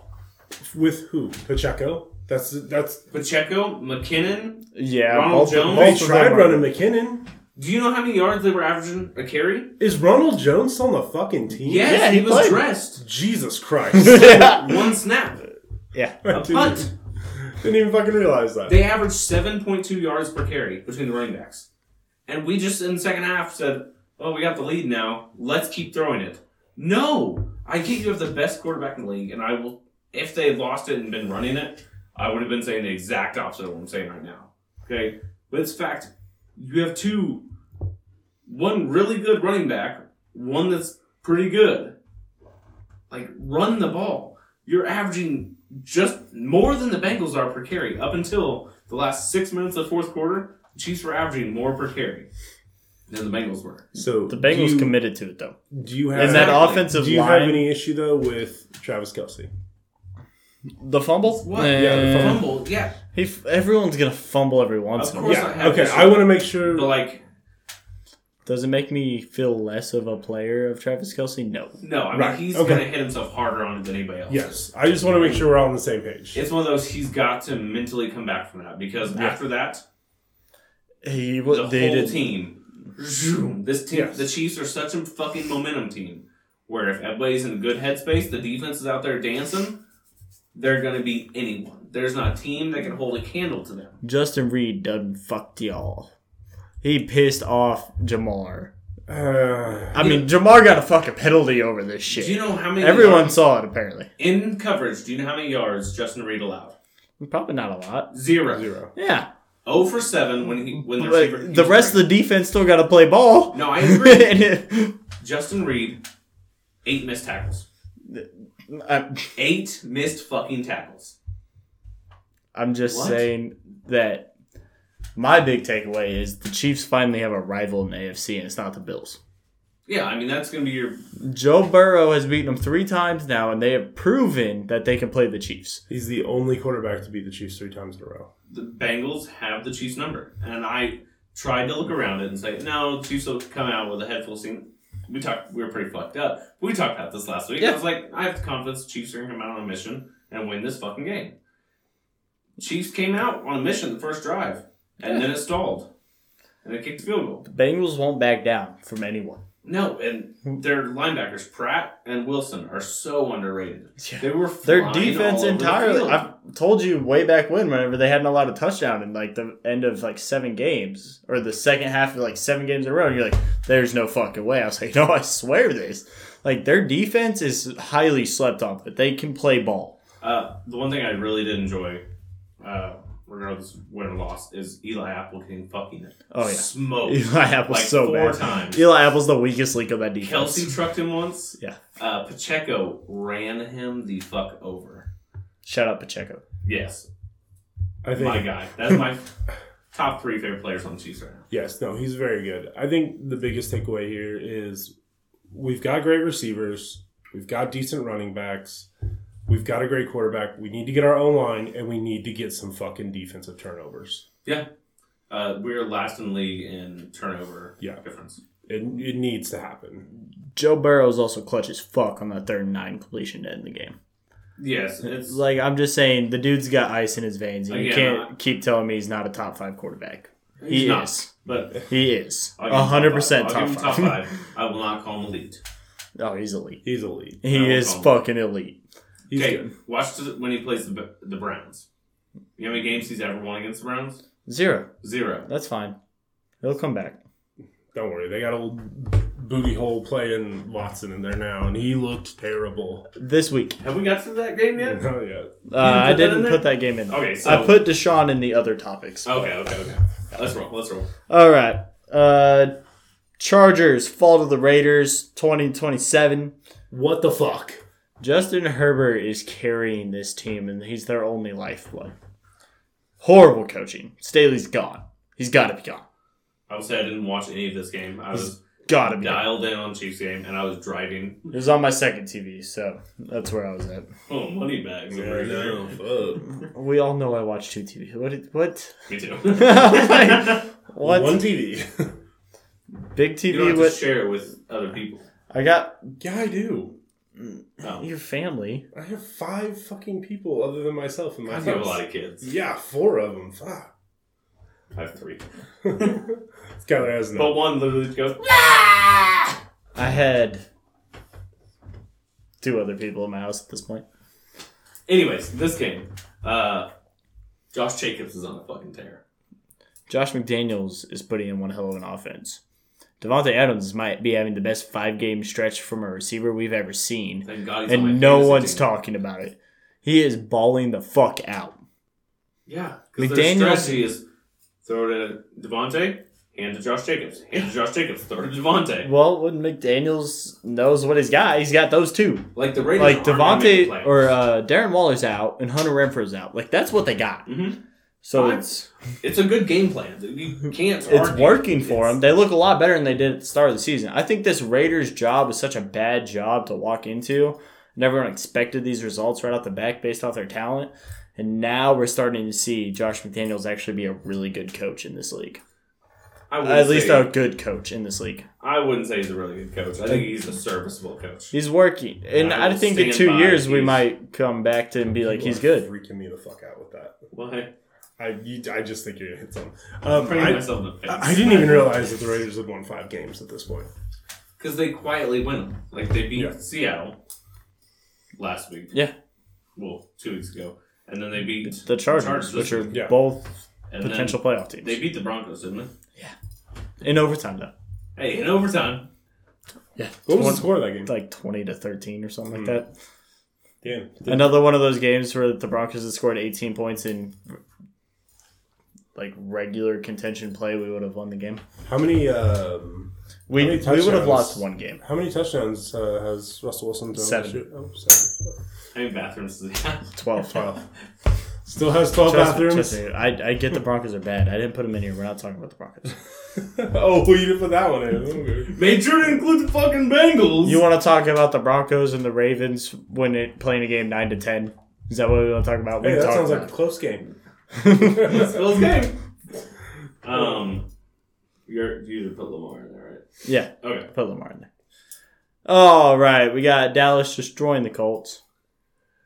Speaker 2: With who? Pacheco. That's that's.
Speaker 1: Pacheco, McKinnon.
Speaker 3: Yeah,
Speaker 1: Ronald
Speaker 3: both of-
Speaker 1: Jones?
Speaker 3: both
Speaker 2: They
Speaker 3: of them
Speaker 2: tried
Speaker 3: are-
Speaker 2: running McKinnon.
Speaker 1: Do you know how many yards they were averaging a carry?
Speaker 2: Is Ronald Jones still on the fucking team?
Speaker 1: Yes,
Speaker 3: Yeah,
Speaker 1: he,
Speaker 3: he
Speaker 1: was
Speaker 3: played.
Speaker 1: dressed.
Speaker 2: Jesus Christ.
Speaker 1: One snap,
Speaker 3: yeah.
Speaker 1: a
Speaker 2: I didn't,
Speaker 1: punt.
Speaker 2: didn't even fucking realize that.
Speaker 1: They averaged 7.2 yards per carry between the running backs, and we just in the second half said, "Well, we got the lead now. Let's keep throwing it." No, I think you have the best quarterback in the league, and I will. If they lost it and been running it, I would have been saying the exact opposite of what I'm saying right now. Okay, but it's fact. You have two, one really good running back, one that's pretty good. Like run the ball. You're averaging just more than the Bengals are per carry up until the last six minutes of the fourth quarter. The Chiefs were averaging more per carry than the Bengals were.
Speaker 2: so
Speaker 3: The Bengals
Speaker 2: do you,
Speaker 3: committed to it though.
Speaker 2: Do you have
Speaker 3: And that
Speaker 1: Exactly.
Speaker 3: offensive
Speaker 2: Do you
Speaker 3: line,
Speaker 2: have any issue though with Travis Kelsey?
Speaker 3: the fumble.
Speaker 1: What?
Speaker 2: Yeah, the
Speaker 3: Eh,
Speaker 1: Fumble, yeah.
Speaker 3: He, f- everyone's gonna fumble every once
Speaker 1: Of
Speaker 3: in a
Speaker 1: course
Speaker 3: while.
Speaker 1: I have
Speaker 2: okay.
Speaker 1: issue.
Speaker 2: I want to make sure.
Speaker 1: But like,
Speaker 3: Does it make me feel less of a player of Travis Kelsey? No.
Speaker 1: no, I mean
Speaker 2: Right,
Speaker 1: he's
Speaker 2: okay.
Speaker 1: gonna hit himself harder on it than anybody else.
Speaker 2: yes. I just want to make sure we're all on the same page.
Speaker 1: It's one of those he's got to mentally come back from that because after that, the
Speaker 3: He wa-
Speaker 1: whole
Speaker 3: they did.
Speaker 1: team. Zoom. This team,
Speaker 2: Yes.
Speaker 1: the Chiefs are such a fucking momentum team. Where if everybody's in a good headspace, the defense is out there dancing, they're gonna beat anyone. There's not a team that can hold a candle to them.
Speaker 3: Justin Reed done fucked y'all. He pissed off Jamar.
Speaker 2: Uh,
Speaker 3: I mean, Jamar got a fucking penalty over this shit.
Speaker 1: Do you know how many
Speaker 3: Everyone
Speaker 1: yards-
Speaker 3: saw it apparently.
Speaker 1: in coverage? Do you know how many yards Justin Reed allowed?
Speaker 3: Probably not a lot.
Speaker 1: Zero.
Speaker 2: zero.
Speaker 3: Yeah,
Speaker 1: Oh for seven when he when the receiver.
Speaker 3: but the rest of the defense still got to play ball.
Speaker 1: No, I agree.
Speaker 3: And it-
Speaker 1: Justin Reed, eight missed tackles.
Speaker 3: I'm-
Speaker 1: Eight missed fucking tackles.
Speaker 3: I'm just
Speaker 1: What?
Speaker 3: saying that my big takeaway is the Chiefs finally have a rival in the AFC, and it's not the Bills.
Speaker 1: Yeah, I mean that's gonna be your
Speaker 3: Joe Burrow has beaten them three times now, and they have proven that they can play the Chiefs.
Speaker 2: He's the only quarterback to beat the Chiefs three times in a row.
Speaker 1: the Bengals have the Chiefs number. And I tried to look around it and say, no, the Chiefs will come out with a head full of steam. we talked. We were pretty fucked up. We talked about this last week.
Speaker 3: Yeah.
Speaker 1: I was like, I have the confidence the Chiefs are gonna come out on a mission and win this fucking game. Chiefs came out on a mission the first drive, and then it stalled, and they kicked a field goal.
Speaker 3: Bengals won't back down from anyone.
Speaker 1: No, and their linebackers Pratt and Wilson are so underrated.
Speaker 3: Yeah.
Speaker 1: They were
Speaker 3: Their
Speaker 1: flying
Speaker 3: defense
Speaker 1: all over the
Speaker 3: entirely.
Speaker 1: field.
Speaker 3: I've told you way back when, whenever they hadn't allowed a touchdown in like the end of like seven games or the second half of like seven games in a row, and you're like, "There's no fucking way." I was like, "No, I swear this." Like their defense is highly slept on, but they can play ball.
Speaker 1: Uh, the one thing I really did enjoy, uh, regardless of win or loss, is Eli Apple getting fucking
Speaker 3: Oh, yeah.
Speaker 1: smoked
Speaker 3: Eli Apple's
Speaker 1: like
Speaker 3: so
Speaker 1: four
Speaker 3: bad.
Speaker 1: times.
Speaker 3: Eli Apple's the weakest link of that defense.
Speaker 1: Kelsey trucked him once.
Speaker 3: Yeah.
Speaker 1: Uh, Pacheco ran him the fuck over.
Speaker 3: Shout out Pacheco.
Speaker 1: Yes,
Speaker 2: I think
Speaker 1: my guy. That's my top three favorite players on the Chiefs right now.
Speaker 2: Yes, no, he's very good. I think the biggest takeaway here is we've got great receivers, we've got decent running backs, we've got a great quarterback. We need to get our own line, and we need to get some fucking defensive turnovers.
Speaker 1: Yeah. Uh, we're last in the league in turnover
Speaker 2: Yeah.
Speaker 1: difference.
Speaker 2: It, it needs to happen.
Speaker 3: Joe Burrow's also clutch as fuck on that third and nine completion to end the game.
Speaker 1: Yes, it's
Speaker 3: Like I'm just saying, the dude's got ice in his veins, and you
Speaker 1: Yeah.
Speaker 3: can't keep telling me he's not a top five quarterback.
Speaker 1: he's
Speaker 3: he
Speaker 1: not,
Speaker 3: is.
Speaker 1: but
Speaker 3: He is
Speaker 1: I'll give him
Speaker 3: a hundred percent
Speaker 1: I'll
Speaker 3: top
Speaker 1: give him
Speaker 3: five.
Speaker 1: top five. I will not call him elite.
Speaker 3: oh, he's elite.
Speaker 2: He's elite.
Speaker 3: He
Speaker 1: I will
Speaker 3: is
Speaker 1: call him.
Speaker 3: fucking elite.
Speaker 2: He's
Speaker 1: okay,
Speaker 2: good.
Speaker 1: watch the, when he plays the, the Browns. You know how many games he's ever won against the Browns?
Speaker 3: Zero.
Speaker 1: Zero.
Speaker 3: That's fine. He'll come back.
Speaker 2: Don't worry, they got old booty hole playing Watson in there now, and he looked terrible.
Speaker 3: This week,
Speaker 1: Have we got to that game yet?
Speaker 2: Oh yeah,
Speaker 3: uh, I
Speaker 1: put that in
Speaker 3: didn't
Speaker 1: there?
Speaker 3: put that game in.
Speaker 1: Okay, so
Speaker 3: I put Deshaun in the other topics.
Speaker 1: okay, okay, okay. Let's roll. Let's roll.
Speaker 3: All right. Uh, Chargers fall to the Raiders, twenty twenty seven.
Speaker 2: what the fuck?
Speaker 3: Justin Herbert is carrying this team, and he's their only lifeblood. Horrible coaching. Staley's gone. He's got to be gone.
Speaker 1: I would say I didn't watch any of this game. I was
Speaker 3: Got to be. Gone.
Speaker 1: dialed in on Chiefs game and I was driving.
Speaker 3: It was on my second TV, so that's where I was at.
Speaker 1: Oh, money bags over there.
Speaker 2: fuck.
Speaker 3: We all know I watch two TV. What? did- What?
Speaker 1: Me too.
Speaker 3: what?
Speaker 2: One TV.
Speaker 3: Big
Speaker 1: you don't
Speaker 3: TV
Speaker 1: have
Speaker 3: with?
Speaker 1: to share it with other people.
Speaker 3: I got
Speaker 2: yeah, I do.
Speaker 1: No,
Speaker 3: your family.
Speaker 2: I have five fucking people other than myself in my
Speaker 1: I
Speaker 2: house.
Speaker 1: have a lot of kids.
Speaker 2: Yeah, four of them. Fuck.
Speaker 1: I have three,
Speaker 2: Skylar has
Speaker 1: but
Speaker 2: no.
Speaker 1: one literally goes.
Speaker 3: I had two other people in my house at this point.
Speaker 1: Anyways, this game, uh, Josh Jacobs is on a fucking tear.
Speaker 3: Josh McDaniels is putting in one hell of an offense. Devontae Adams might be having the best five game stretch from a receiver we've ever seen,
Speaker 1: Thank God he's on my
Speaker 3: and no
Speaker 1: fantasy
Speaker 3: one's
Speaker 1: team.
Speaker 3: talking about it. He is balling the fuck out.
Speaker 1: Yeah, because their
Speaker 3: McDaniels-
Speaker 1: strategy is throw to Devontae, hand to Josh Jacobs, hand to Josh Jacobs, throw to Devontae.
Speaker 3: Well, when McDaniels knows what he's got, he's got those two.
Speaker 1: Like the Raiders,
Speaker 3: like
Speaker 1: aren't gonna make the
Speaker 3: Devontae
Speaker 1: playoffs.
Speaker 3: or uh, Darren Waller's out and Hunter Renfro's out. Like that's what they got.
Speaker 1: Mhm.
Speaker 3: So
Speaker 1: Fine.
Speaker 3: it's
Speaker 1: it's a good game plan. You can't.
Speaker 3: it's
Speaker 1: argue.
Speaker 3: working for
Speaker 1: It's-
Speaker 3: them. They look a lot better than they did at the start of the season. I think this Raiders job is such a bad job to walk into. And everyone expected these results right off the back based off their talent. And now we're starting to see Josh McDaniels actually be a really good coach in this league.
Speaker 1: I wouldn't
Speaker 3: At least
Speaker 1: say,
Speaker 3: a good coach in this league.
Speaker 1: I wouldn't say he's a really good coach. I think he's a serviceable coach.
Speaker 3: He's working. And
Speaker 1: I
Speaker 3: I,
Speaker 1: will
Speaker 3: think in
Speaker 1: stand
Speaker 3: two
Speaker 1: by
Speaker 3: years we
Speaker 1: he's-
Speaker 3: might come back to and be like,
Speaker 2: You
Speaker 3: he's
Speaker 2: are
Speaker 3: good.
Speaker 2: Freaking me the fuck out with that.
Speaker 1: Why?
Speaker 2: I you, I just think you're gonna hit something.
Speaker 1: I'm
Speaker 2: Um,
Speaker 1: putting
Speaker 2: I,
Speaker 1: myself in the face.
Speaker 2: I didn't even realize that the Raiders had won five games at this point.
Speaker 1: because they quietly win them. Like they beat
Speaker 2: Yeah.
Speaker 1: Seattle last week.
Speaker 3: Yeah.
Speaker 1: Well, two weeks ago, and then they beat
Speaker 3: The Chargers,
Speaker 1: Chargers
Speaker 3: which
Speaker 1: this
Speaker 3: are
Speaker 1: week.
Speaker 2: Yeah.
Speaker 3: both
Speaker 1: and then
Speaker 3: potential playoff teams.
Speaker 1: They beat the Broncos, didn't they?
Speaker 3: in overtime, though.
Speaker 1: Hey, in overtime.
Speaker 3: Yeah.
Speaker 2: What was the score of that game?
Speaker 3: like 20 to 13 or something
Speaker 1: Hmm.
Speaker 3: like that.
Speaker 2: Damn.
Speaker 3: Another one of those games where the Broncos had scored 18 points in like regular contention play, we would have won the game.
Speaker 2: How many um,
Speaker 3: We,
Speaker 2: How many
Speaker 3: we would have
Speaker 2: touchdowns?
Speaker 3: lost one game.
Speaker 2: how many touchdowns uh, has Russell Wilson thrown
Speaker 3: Seven.
Speaker 2: this year? Oh, seven.
Speaker 1: I mean, bathrooms. is-
Speaker 3: 12.
Speaker 2: Twelve. Still has twelve
Speaker 3: Trust-
Speaker 2: bathrooms.
Speaker 3: trust me, I, I get the Broncos are bad. I didn't put them in here. We're not talking about the Broncos.
Speaker 2: oh, you didn't put that one in. Okay.
Speaker 1: Made sure to include the fucking Bengals.
Speaker 3: You want to talk about the Broncos and the Ravens when it playing a game 9 to 10? Is that what we want to talk about? We
Speaker 2: Hey,
Speaker 3: can
Speaker 2: that
Speaker 3: talk
Speaker 2: sounds like a
Speaker 3: about
Speaker 2: close game.
Speaker 1: It's Bill's game. Um, you're you did put Lamar in there,
Speaker 3: it. Yeah,
Speaker 1: right? Okay.
Speaker 3: put Lamar in there. All right, we got Dallas destroying the Colts,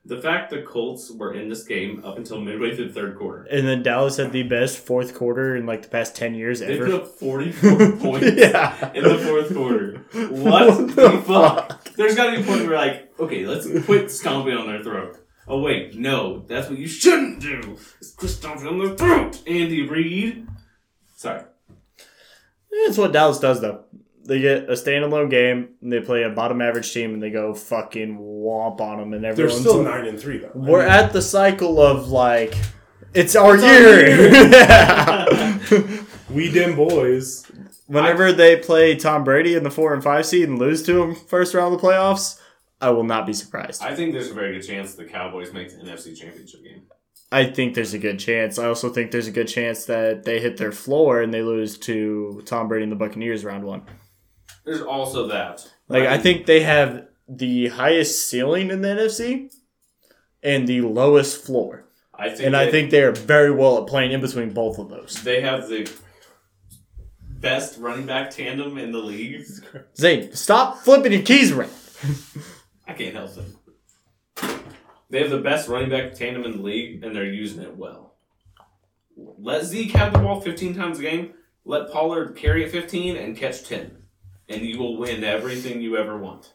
Speaker 1: The fact the Colts were in this game up until midway through the third quarter.
Speaker 3: and then Dallas had the best fourth quarter in like the past ten years
Speaker 1: They
Speaker 3: ever.
Speaker 1: put up 44 points
Speaker 3: yeah,
Speaker 1: in the fourth quarter. What,
Speaker 3: What
Speaker 1: the,
Speaker 3: the
Speaker 1: fuck? There's got to be a point where, like, okay, let's quit stomping on their throat. Oh, wait, no, that's what you shouldn't do. Is quit stomping on their throat, Andy Reid. Sorry.
Speaker 3: That's what Dallas does, though. They get a standalone game, and they play a bottom average team, and they go fucking womp on them, and
Speaker 2: They're
Speaker 3: everyone's
Speaker 2: still nine and three though. I
Speaker 3: We're
Speaker 2: mean,
Speaker 3: at the cycle of like, it's our
Speaker 1: It's our
Speaker 3: year.
Speaker 1: year.
Speaker 3: Yeah.
Speaker 2: we dim boys.
Speaker 3: Whenever they play Tom Brady in the four and five seed and lose to him first round of the playoffs, I will not be surprised.
Speaker 1: I think there's a very good chance the Cowboys make the NFC Championship game.
Speaker 3: I think there's a good chance. I also think there's a good chance that they hit their floor and they lose to Tom Brady and the Buccaneers round one.
Speaker 1: There's also that.
Speaker 3: Like I think they have the highest ceiling in the NFC and the lowest floor.
Speaker 1: I think
Speaker 3: And I
Speaker 1: they-
Speaker 3: think they are very well at playing in between both of those.
Speaker 1: they have the best running back tandem in the league.
Speaker 3: Zane, stop flipping your keys around.
Speaker 1: I can't help them. They have the best running back tandem in the league, and they're using it well. Let Zeke have the ball 15 times a game. Let Pollard carry it 15 and catch 10. And you will win everything you ever want.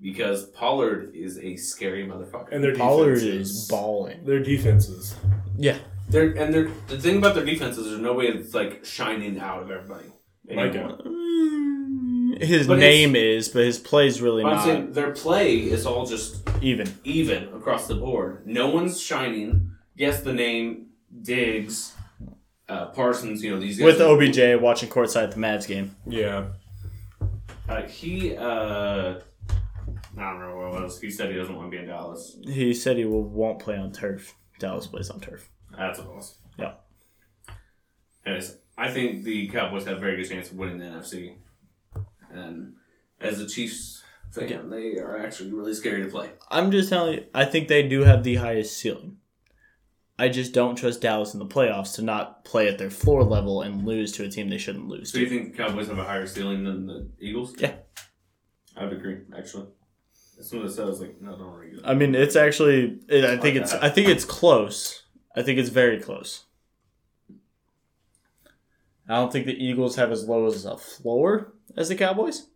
Speaker 1: Because Pollard is a scary motherfucker.
Speaker 2: And their
Speaker 3: Pollard
Speaker 2: defense
Speaker 3: is balling.
Speaker 2: Their defenses.
Speaker 3: Yeah.
Speaker 1: They're, and they're, the thing about their defense is there's no way it's like shining out of everybody.
Speaker 2: Like,
Speaker 1: anymore.
Speaker 3: Mm, His
Speaker 1: But his-
Speaker 3: name is, but his play's really
Speaker 1: I'm
Speaker 3: not
Speaker 1: saying their play is all just
Speaker 3: even.
Speaker 1: even across the board. No one's shining. Yes, the name Diggs, uh, Parsons. You know these guys.
Speaker 3: With OBJ watching courtside at the Mavs game.
Speaker 2: Yeah.
Speaker 1: uh, he. Uh, I don't remember what it was. He said he doesn't want to be in Dallas.
Speaker 3: He said he will, won't play on turf. Dallas plays on turf.
Speaker 1: That's what it was.
Speaker 3: Yeah.
Speaker 1: Anyways, I think the Cowboys have a very good chance of winning the NFC. And as the Chiefs fan, they are actually really scary to play.
Speaker 3: I'm just telling you, I think they do have the highest ceiling. I just don't trust Dallas in the playoffs to not play at their floor level and lose to a team they shouldn't lose
Speaker 1: So you
Speaker 3: to.
Speaker 1: think the Cowboys have a higher ceiling than the Eagles?
Speaker 3: Yeah.
Speaker 1: I would agree, actually. As soon as I said, I was like, no, don't agree.
Speaker 3: I mean, it's actually. It, I think it's. I think it's close. I think it's very close. I don't think the Eagles have as low as a floor as the Cowboys.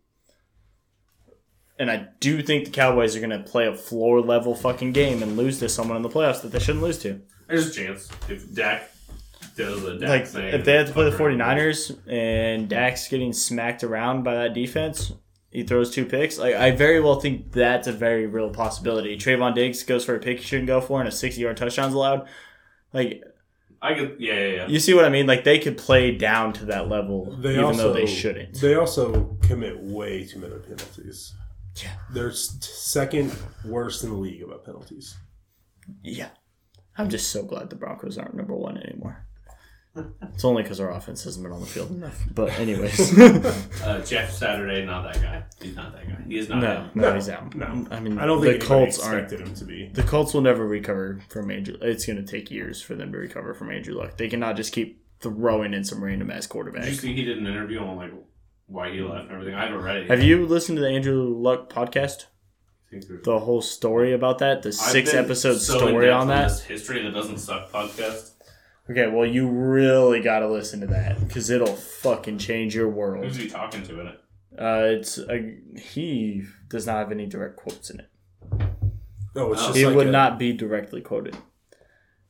Speaker 3: And I do think the Cowboys are going to play a floor level fucking game and lose to someone in the playoffs that they shouldn't lose to.
Speaker 1: There's a chance if Dak does a Dak
Speaker 3: like
Speaker 1: thing.
Speaker 3: if they have to play the 49ers and Dak's getting smacked around by that defense, he throws two picks. Like I very well think that's a very real possibility. Trayvon Diggs goes for a pick he shouldn't go for and a 60-yard touchdown's allowed. Like
Speaker 1: I could, yeah, yeah, yeah.
Speaker 3: you see what I mean? Like they could play down to that level
Speaker 2: They
Speaker 3: even
Speaker 2: also
Speaker 3: though they shouldn't.
Speaker 2: They also commit way too many penalties.
Speaker 3: Yeah.
Speaker 2: They're s- second worst in the league about penalties.
Speaker 3: Yeah. I'm just so glad the Broncos aren't number 1 anymore. It's only because our offense hasn't been on the field enough. But anyways,
Speaker 1: Uh, Jeff Saturday, not that guy. He's not that guy. He is not.
Speaker 3: no,
Speaker 1: him.
Speaker 3: no, he's out.
Speaker 2: No.
Speaker 3: I mean,
Speaker 2: I don't
Speaker 3: the
Speaker 2: think
Speaker 3: Colts aren't
Speaker 2: expected him to be.
Speaker 3: The Colts will never recover from Andrew. It's going to take years for them to recover from Andrew Luck. They cannot just keep throwing in some random
Speaker 1: Did
Speaker 3: ass
Speaker 1: you
Speaker 3: quarterback.
Speaker 1: see he did an interview on like why he left and everything? I haven't read it.
Speaker 3: Have you listened to the Andrew Luck podcast?
Speaker 1: The
Speaker 3: The whole story about that, the six episode story on that.
Speaker 1: This history that doesn't suck podcast.
Speaker 3: Okay, well, you really got to listen to that because it'll fucking change your
Speaker 1: Who's
Speaker 3: world.
Speaker 1: he talking to in it?
Speaker 3: Uh, it's a, he does not have any direct quotes in it.
Speaker 2: No, it's
Speaker 1: Oh.
Speaker 2: just
Speaker 3: He
Speaker 2: like
Speaker 3: would
Speaker 2: a-
Speaker 3: not be directly quoted.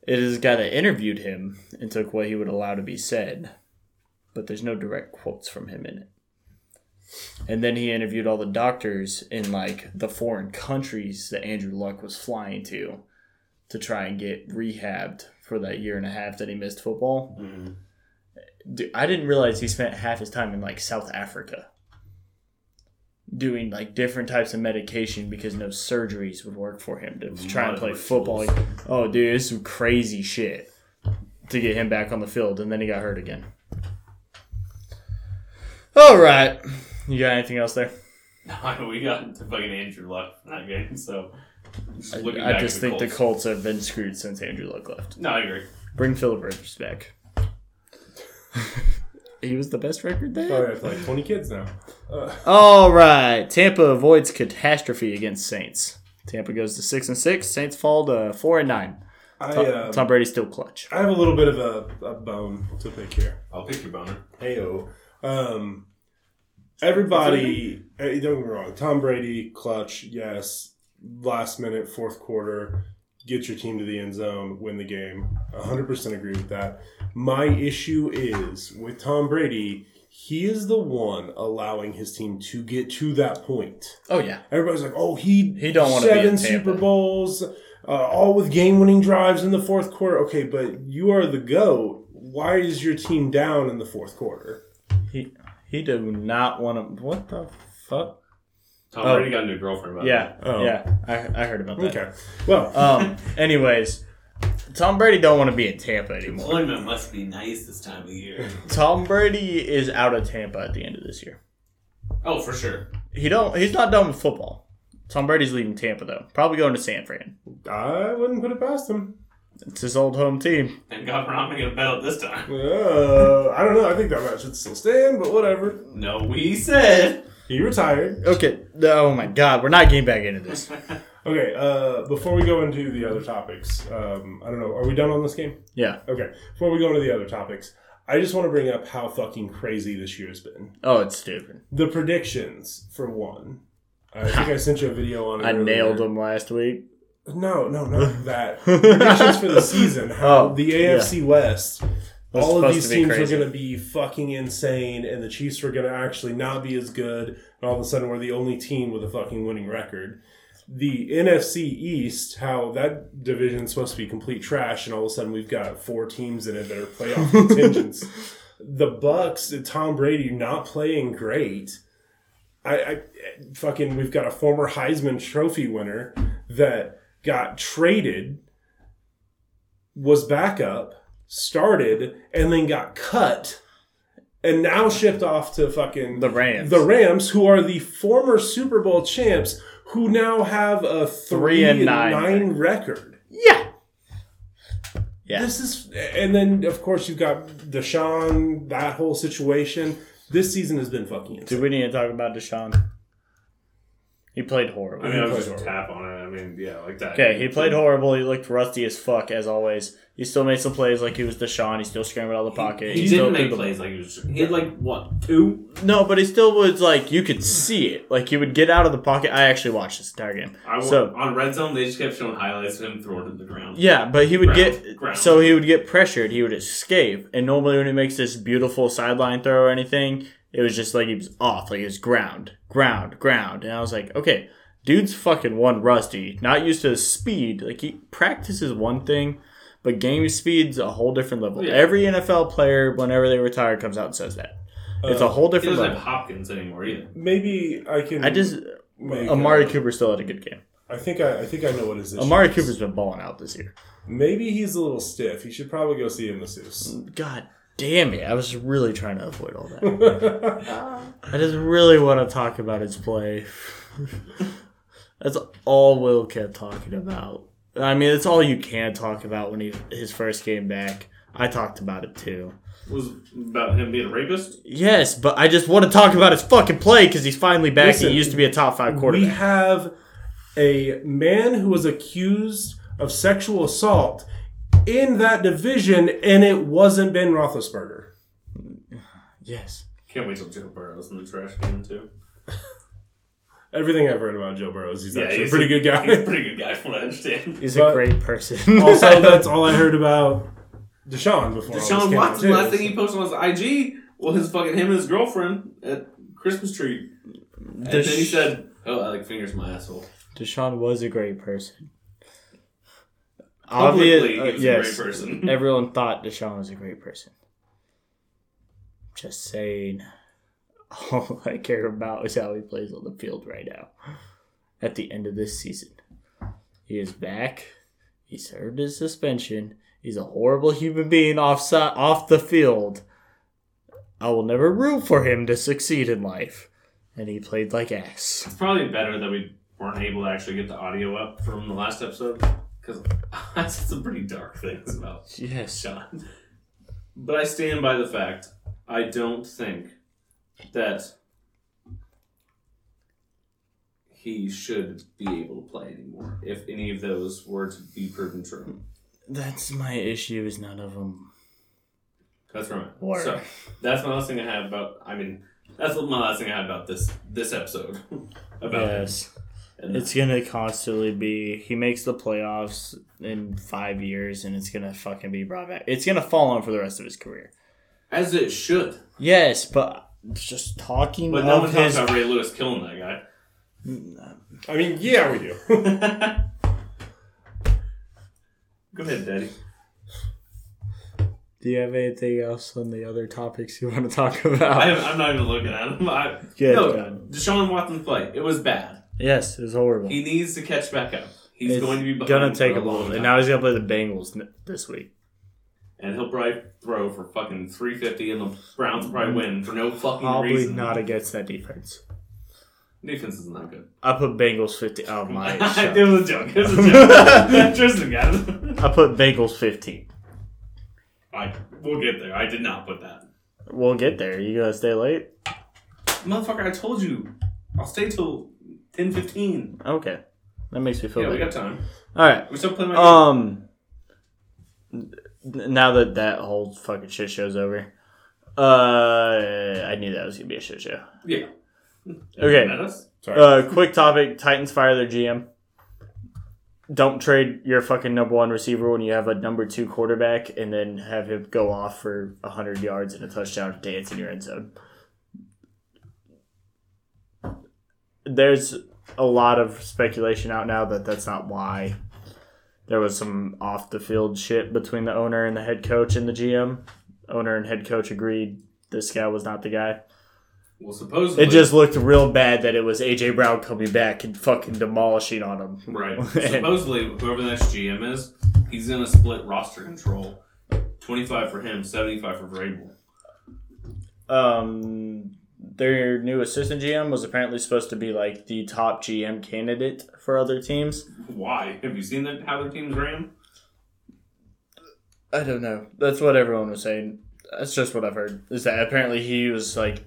Speaker 3: It is a guy that interviewed him and took what he would allow to be said, but there's no direct quotes from him in it. And then he interviewed all the doctors in like the foreign countries that Andrew Luck was flying to to try and get rehabbed for that year and a half that he missed football.
Speaker 1: Mm-hmm.
Speaker 3: Dude, I didn't realize he spent half his time in like South Africa doing like different types of medication because no surgeries would work for him to try and play
Speaker 1: Mud
Speaker 3: football.
Speaker 1: rituals.
Speaker 3: Oh, dude, it's some crazy shit to get him back on the field, and then he got hurt again. All right, you got anything else there?
Speaker 1: we got the fucking Andrew Luck in that game, so. Just
Speaker 3: I,
Speaker 1: looking
Speaker 3: I
Speaker 1: back at
Speaker 3: just
Speaker 1: the
Speaker 3: think the
Speaker 1: Colts.
Speaker 3: Colts have been screwed since Andrew Luck left.
Speaker 1: No, I agree.
Speaker 3: Bring Philip Rivers back. He was the best record there.
Speaker 2: Probably have Oh, like 20 kids now. Uh,
Speaker 3: All right. Tampa avoids catastrophe against Saints. Tampa goes to six and six. Saints fall to four and nine.
Speaker 2: I,
Speaker 3: Tom,
Speaker 2: uh,
Speaker 3: Tom Brady's still clutch.
Speaker 2: I have a little bit of a, a bone to pick here.
Speaker 1: I'll pick your boner.
Speaker 2: Heyo. Um, everybody, uh, don't get me wrong. Tom Brady, clutch, yes. Last minute, fourth quarter, get your team to the end zone, win the game. 100% agree with that. My issue is with Tom Brady, he is the one allowing his team to get to that point.
Speaker 3: Oh yeah.
Speaker 2: Everybody's like, oh, he
Speaker 3: He don't wanna be
Speaker 2: seven
Speaker 3: in Tampa.
Speaker 2: Super Bowls, uh, all with game winning drives in the fourth quarter. Okay, but you are the goat. Why is your team down in the fourth quarter?
Speaker 3: He he did not want to. What the fuck?
Speaker 1: Tom
Speaker 3: Oh.
Speaker 1: Brady got a new girlfriend. By the way.
Speaker 3: Yeah.
Speaker 2: Oh.
Speaker 3: Yeah. I, I heard about that.
Speaker 2: Okay, well,
Speaker 3: Um. Anyways, Tom Brady don't want to be in Tampa anymore.
Speaker 1: Employment must be nice this time of year.
Speaker 3: Tom Brady is out of Tampa at the end of this year.
Speaker 1: Oh, for sure.
Speaker 3: He don't. He's not done with football. Tom Brady's leaving Tampa though. Probably going to San Fran.
Speaker 2: I wouldn't put it past him.
Speaker 3: It's his old home team.
Speaker 1: Thank God we're not making a bet this time.
Speaker 2: Uh, I don't know. I think that match should still stand, but whatever.
Speaker 1: No, we said.
Speaker 2: He retired.
Speaker 3: Okay. Oh my God. We're not getting back into this.
Speaker 2: Okay, uh, before we go into the other topics, um, I don't know. Are we done on this game?
Speaker 3: Yeah.
Speaker 2: Okay, before we go into the other topics, I just want to bring up how fucking crazy this year has been.
Speaker 3: Oh, it's stupid.
Speaker 2: The predictions, for one. I think I sent you a video on it.
Speaker 3: I
Speaker 2: earlier.
Speaker 3: nailed them last week.
Speaker 2: No, no, not that. predictions for the season. How
Speaker 3: Oh,
Speaker 2: the AFC West.
Speaker 3: Was
Speaker 2: all of
Speaker 3: supposed
Speaker 2: these
Speaker 3: to be
Speaker 2: teams
Speaker 3: crazy.
Speaker 2: were going to be fucking insane, and the Chiefs were going to actually not be as good. And all of a sudden, we're the only team with a fucking winning record. The NFC East, how that division's supposed to be complete trash, and all of a sudden we've got four teams in it that are playoff contingents. The Bucks, Tom Brady not playing great. I, I fucking we've got a former Heisman Trophy winner that got traded, was backup, started, and then got cut, and now shipped off to fucking
Speaker 3: The Rams.
Speaker 2: The Rams, who are the former Super Bowl champs, who now have a three, and nine, record.
Speaker 3: Yeah. Yeah.
Speaker 2: This is, and then of course you've got Deshaun, that whole situation. This season has been fucking insane.
Speaker 3: Do we need to talk about Deshaun? He played
Speaker 1: I
Speaker 3: horrible.
Speaker 1: mean, I was just tap on it. I mean, yeah, like that.
Speaker 3: Okay, he played horrible. He looked rusty as fuck as always. He still made some plays like he was Deshaun. He still scrambled out of the pocket.
Speaker 1: He,
Speaker 3: still
Speaker 1: didn't
Speaker 3: threw
Speaker 1: make
Speaker 3: the-
Speaker 1: plays like he was. He had like what two?
Speaker 3: No, but he still was like you could see it. Like he would get out of the pocket. I actually watched this entire game.
Speaker 1: I wa-
Speaker 3: so
Speaker 1: on red zone, they just kept showing highlights of him throwing to the ground.
Speaker 3: yeah, but he would
Speaker 1: Ground,
Speaker 3: get
Speaker 1: ground.
Speaker 3: so he would get pressured. He would escape, and normally when he makes this beautiful sideline throw or anything, it was just like he was off. Like it was ground, ground, ground. And I was like, okay, dude's fucking one rusty, not used to his speed. Like he practices one thing. But game speed's a whole different level.
Speaker 1: Yeah.
Speaker 3: Every NFL player, whenever they retire, comes out and says that. It's a whole
Speaker 1: He
Speaker 3: different
Speaker 1: doesn't
Speaker 3: level.
Speaker 1: have Hopkins anymore either.
Speaker 2: Maybe I can.
Speaker 3: I just
Speaker 2: make
Speaker 3: Amari
Speaker 1: uh,
Speaker 2: a-
Speaker 3: Cooper still had a good game.
Speaker 2: I think I, I think I know what his issue.
Speaker 3: Amari
Speaker 2: is.
Speaker 3: Cooper's been balling out this year.
Speaker 2: Maybe he's a little stiff. He should probably go see a masseuse.
Speaker 3: God damn it! I was really trying to avoid all that. I just really want to talk about his play. That's all Will kept talking about. I mean, it's all you can talk about when he his first game back. I talked about it too.
Speaker 1: Was about him being a rapist.
Speaker 3: Yes, but I just want to talk about his fucking play because he's finally back.
Speaker 2: Listen,
Speaker 3: and he used to be a top five
Speaker 2: We
Speaker 3: quarterback.
Speaker 2: have a man who was accused of sexual assault in that division, and it wasn't Ben Roethlisberger.
Speaker 3: yes.
Speaker 1: Can't wait till Joe Burrow's in the trash can too.
Speaker 2: Everything I've heard about Joe Burrow is he's actually
Speaker 1: he's
Speaker 2: a pretty good
Speaker 1: He's a
Speaker 2: guy.
Speaker 1: pretty good guy, from what I understand.
Speaker 3: He's
Speaker 2: But-
Speaker 3: a great person.
Speaker 2: also, that's all I heard about Deshaun before. all this
Speaker 1: Deshaun
Speaker 2: came out,
Speaker 1: Watson.
Speaker 2: too.
Speaker 1: Last thing he posted on his IG was his fucking him and his girlfriend at Christmas tree, and then he said, "Oh, I like fingers in my asshole."
Speaker 3: Deshaun was a great person.
Speaker 1: Publicly,
Speaker 3: Obvious- uh,
Speaker 1: he was
Speaker 3: yes.
Speaker 1: a great person.
Speaker 3: Everyone thought Deshaun was a great person. Just saying. All I care about is how he plays on the field right now. At the end of this season, he is back. He served his suspension. He's a horrible human being off off the field. I will never root for him to succeed in life. And he played like ass.
Speaker 1: It's probably better that we weren't able to actually get the audio up from the last episode because I said some pretty dark things about
Speaker 3: Yes.
Speaker 1: Sean. But I stand by the fact I don't think that he should be able to play anymore. If any of those were to be proven true,
Speaker 3: That's my issue. Is none of them.
Speaker 1: that's right.
Speaker 3: Word.
Speaker 1: So that's my last thing I have about. I mean, that's my last thing I had about this this episode about him.
Speaker 3: Yes.
Speaker 1: And
Speaker 3: It's gonna constantly be. He makes the playoffs in five years, and it's gonna fucking be brought back. It's gonna fall on for the rest of his career.
Speaker 1: as it should.
Speaker 3: Yes, but just talking
Speaker 1: But no
Speaker 3: of
Speaker 1: one talks
Speaker 3: his.
Speaker 1: about Ray Lewis killing that guy.
Speaker 2: I mean, yeah, we do.
Speaker 1: Go ahead, Daddy.
Speaker 3: Do you have anything else on the other topics you want to talk about?
Speaker 1: I, I'm not even looking at him. I,
Speaker 3: Good
Speaker 1: no,
Speaker 3: God.
Speaker 1: Deshaun Watson's play. It was bad.
Speaker 3: yes, it was horrible.
Speaker 1: He needs to catch back up. He's
Speaker 3: It's
Speaker 1: going to be behind
Speaker 3: gonna take
Speaker 1: for
Speaker 3: a
Speaker 1: a long
Speaker 3: little, and
Speaker 1: time.
Speaker 3: now he's gonna play the Bengals n- this week.
Speaker 1: and he'll probably throw for fucking 350, and the Browns will probably win for no fucking
Speaker 3: Probably
Speaker 1: reason.
Speaker 3: not against that defense.
Speaker 1: Defense is not good.
Speaker 3: I put Bengals fifty. Oh my! shut
Speaker 1: it was a joke. It was a joke. Tristan got it.
Speaker 3: I put Bengals 15.
Speaker 1: I, we'll get there. I did not put that.
Speaker 3: We'll get there. You gonna stay late?
Speaker 1: Motherfucker, I told you. I'll stay till 10.15.
Speaker 3: Okay. That makes me feel
Speaker 1: Yeah, we
Speaker 3: better.
Speaker 1: got time.
Speaker 3: All right.
Speaker 1: We still playing my game.
Speaker 3: Um. n- Now that that whole fucking shit show's over, uh, I knew that was gonna be a shit show.
Speaker 1: Yeah.
Speaker 3: Okay.
Speaker 1: Met us?
Speaker 2: Sorry.
Speaker 3: Uh, quick topic: Titans fire their GM. Don't trade your fucking number one receiver when you have a number two quarterback, and then have him go off for hundred yards and a touchdown dance in your end zone. There's a lot of speculation out now that that's not why. There was some off the field shit between the owner and the head coach and the GM. Owner and head coach agreed this guy was not the guy.
Speaker 1: Well, supposedly.
Speaker 3: It just looked real bad that it was AJ Brown coming back and fucking demolishing on him.
Speaker 1: Right. Supposedly, whoever the next GM is, he's going to split roster control 25 for him, 75 for Vrabel.
Speaker 3: Um, their new assistant GM was apparently supposed to be like the top GM candidate for other teams.
Speaker 1: Why? Have you seen that, how their teams ran?
Speaker 3: I don't know. That's what everyone was saying. That's just what I've heard. Is that apparently he was like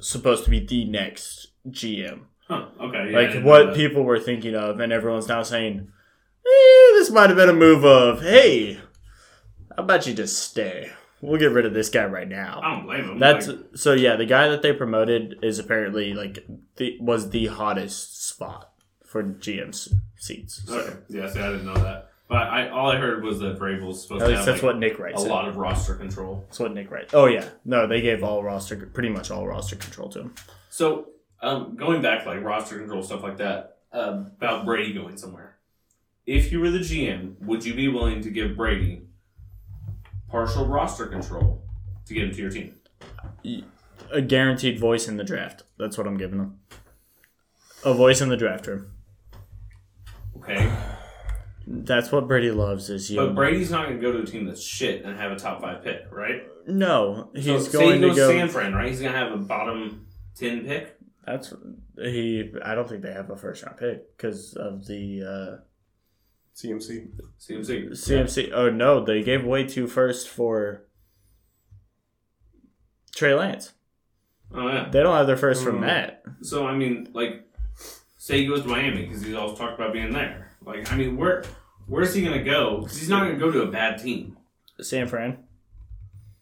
Speaker 3: supposed to be the next GM.
Speaker 1: Huh. Okay. yeah, I
Speaker 3: like
Speaker 1: didn't
Speaker 3: what
Speaker 1: know that.
Speaker 3: people were thinking of, and everyone's now saying, eh, "This might have been a move of, hey, how about you just stay? We'll get rid of this guy right now."
Speaker 1: I don't blame him.
Speaker 3: That's
Speaker 1: Like,
Speaker 3: so yeah. The guy that they promoted is apparently like the, was the hottest spot for GM's seats. So,
Speaker 1: okay. Yeah, see, I didn't know that. But I, all I heard was that Vrabel's supposed
Speaker 3: At
Speaker 1: to
Speaker 3: least
Speaker 1: have
Speaker 3: that's
Speaker 1: like,
Speaker 3: what Nick Wright
Speaker 1: a
Speaker 3: said.
Speaker 1: lot of roster control.
Speaker 3: That's what Nick Wright. Oh yeah, no, they gave all roster, pretty much all roster control to him.
Speaker 1: So, um, going back like roster control stuff like that uh, about Brady going somewhere. If you were the GM, would you be willing to give Brady partial roster control to get him to your team?
Speaker 3: A guaranteed voice in the draft. That's what I'm giving him. A voice in the draft room.
Speaker 1: Okay,
Speaker 3: That's what Brady loves. Is you.
Speaker 1: but Brady's not going to go to a team that's shit and have a top five pick, right?
Speaker 3: No,
Speaker 1: So,
Speaker 3: he's
Speaker 1: say
Speaker 3: going
Speaker 1: he
Speaker 3: to
Speaker 1: goes
Speaker 3: go.
Speaker 1: San Fran, right? He's going to have a bottom ten pick.
Speaker 3: that's he. I don't think they have a first round pick because of the
Speaker 2: CMC.
Speaker 1: CMC.
Speaker 3: uh, CMC. Oh no, they gave away two first for Trey Lance.
Speaker 1: Oh yeah.
Speaker 3: They don't have their first from
Speaker 2: Mm.
Speaker 3: that.
Speaker 1: So I mean, like, say he goes to Miami because he's always talked about being there. Like, I mean, where where's he gonna go? 'Cause he's not gonna go to a bad team.
Speaker 3: San Fran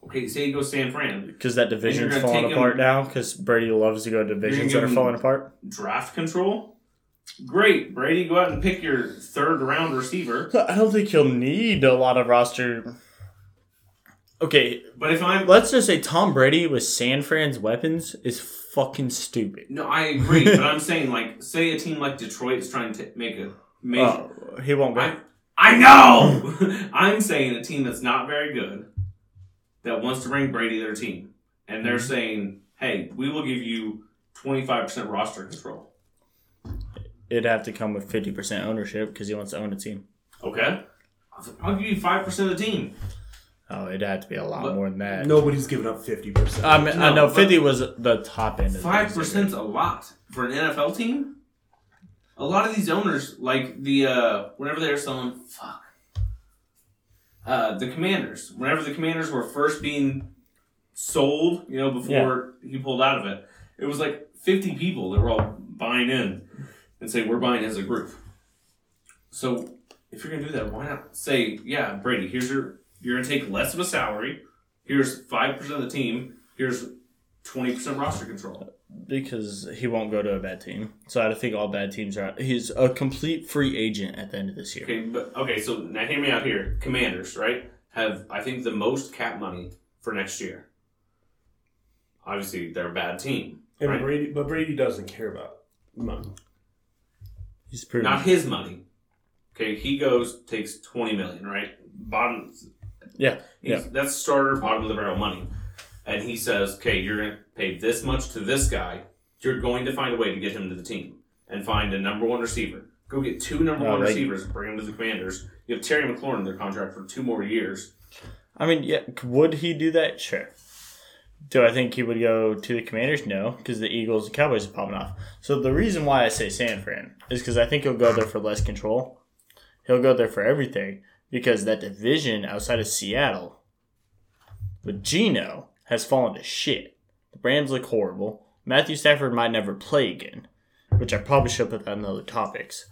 Speaker 1: Okay, say he goes San Fran,
Speaker 3: because that division's
Speaker 1: gonna
Speaker 3: falling
Speaker 1: take him-
Speaker 3: apart now because Brady loves to go to divisions
Speaker 1: give
Speaker 3: that are
Speaker 1: him-
Speaker 3: falling apart.
Speaker 1: draft control. Great, Brady, go out and pick your third round receiver.
Speaker 3: I don't think he'll need a lot of roster. Okay,
Speaker 1: But if I'm
Speaker 3: let's just say Tom Brady with San Fran's weapons is fucking stupid.
Speaker 1: no, I agree. but I'm saying like, say a team like Detroit's trying to make a make.
Speaker 3: Oh, he won't go.
Speaker 1: I I know. I'm saying a team that's not very good that wants to bring Brady their team, and they're saying, "Hey, we will give you 25% roster control."
Speaker 3: It'd have to come with fifty percent ownership because he wants to own a team.
Speaker 1: Okay, I'll give you five percent of the team.
Speaker 3: Oh, it'd have to be a lot
Speaker 1: But-
Speaker 3: more than that.
Speaker 2: Nobody's giving up fifty percent.
Speaker 3: I, mean, I
Speaker 1: No,
Speaker 3: know
Speaker 1: but-
Speaker 3: fifty was the top end. of the
Speaker 1: Five
Speaker 3: percentage.
Speaker 1: percent's a lot for an NFL team. A lot of these owners, like the uh, whenever they were selling, fuck, uh, the Commanders. Whenever the Commanders were first being sold, you know, before he pulled out of it, it was like 50 people that were all buying in and say, we're buying as a group. So if you're going to do that, why not say, yeah, Brady, here's your, you're going to take less of a salary. Here's 5% of the team. Here's 20% roster control.
Speaker 3: because he won't go to a bad team. So I think all bad teams are. He's a complete free agent at the end of this year.
Speaker 1: Okay, but okay, so now hear me out here. Commanders, right, have I think the most cap money for next year. Obviously, they're a bad team.
Speaker 2: And
Speaker 1: Right.
Speaker 2: Brady, but Brady doesn't care about money.
Speaker 3: He's pretty.
Speaker 1: Not his money. Okay, he goes takes twenty million, right? Bottom.
Speaker 3: yeah,
Speaker 1: he's- That's starter bottom of the barrel money, and he says, "Okay, you're going to pay this much to this guy. You're going to find a way to get him to the team and find a number one receiver. Go get two number
Speaker 3: No,
Speaker 1: one
Speaker 3: they-
Speaker 1: receivers, bring them to the Commanders. You have Terry McLaurin in their contract for two more years.
Speaker 3: I mean, yeah, would he do that? Sure. Do I think he would go to the Commanders? No, because the Eagles and Cowboys are popping off. So the reason why I say San Fran is because I think he'll go there for less control. He'll go there for everything because that division outside of Seattle with Geno has fallen to shit. The Rams look horrible. Matthew Stafford might never play again, which I probably should put that in other topics.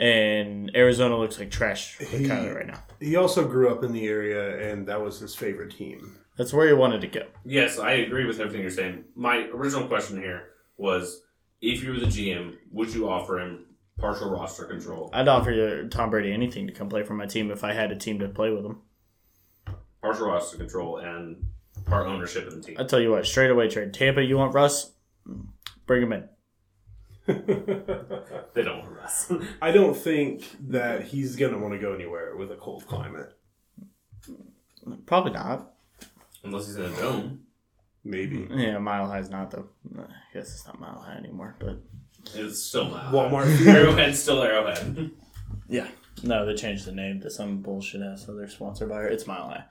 Speaker 3: And Arizona looks like trash with
Speaker 2: He-
Speaker 3: Kyler right now.
Speaker 2: He also grew up in the area, and that was his favorite team.
Speaker 3: That's where he wanted to go.
Speaker 1: Yes, I agree with everything you're saying. My original question here was if you were the GM, would you offer him partial roster control?
Speaker 3: I'd offer you Tom Brady anything to come play for my team if I had a team to play with him.
Speaker 1: Partial roster control and part ownership of the team.
Speaker 3: I tell you what, straight away trade Tampa. You want Russ? Bring him in.
Speaker 1: They don't want us.
Speaker 2: I don't think that he's gonna want to go anywhere with a cold climate.
Speaker 3: Probably not.
Speaker 1: Unless he's in a dome.
Speaker 2: Maybe
Speaker 3: Yeah, Mile High's not though. I guess it's not Mile High anymore. But
Speaker 1: It's still not.
Speaker 2: Walmart Field.
Speaker 1: Arrowhead's still Arrowhead.
Speaker 3: yeah, no, they changed the name to some bullshit ass other sponsor buyer. It's Mile High.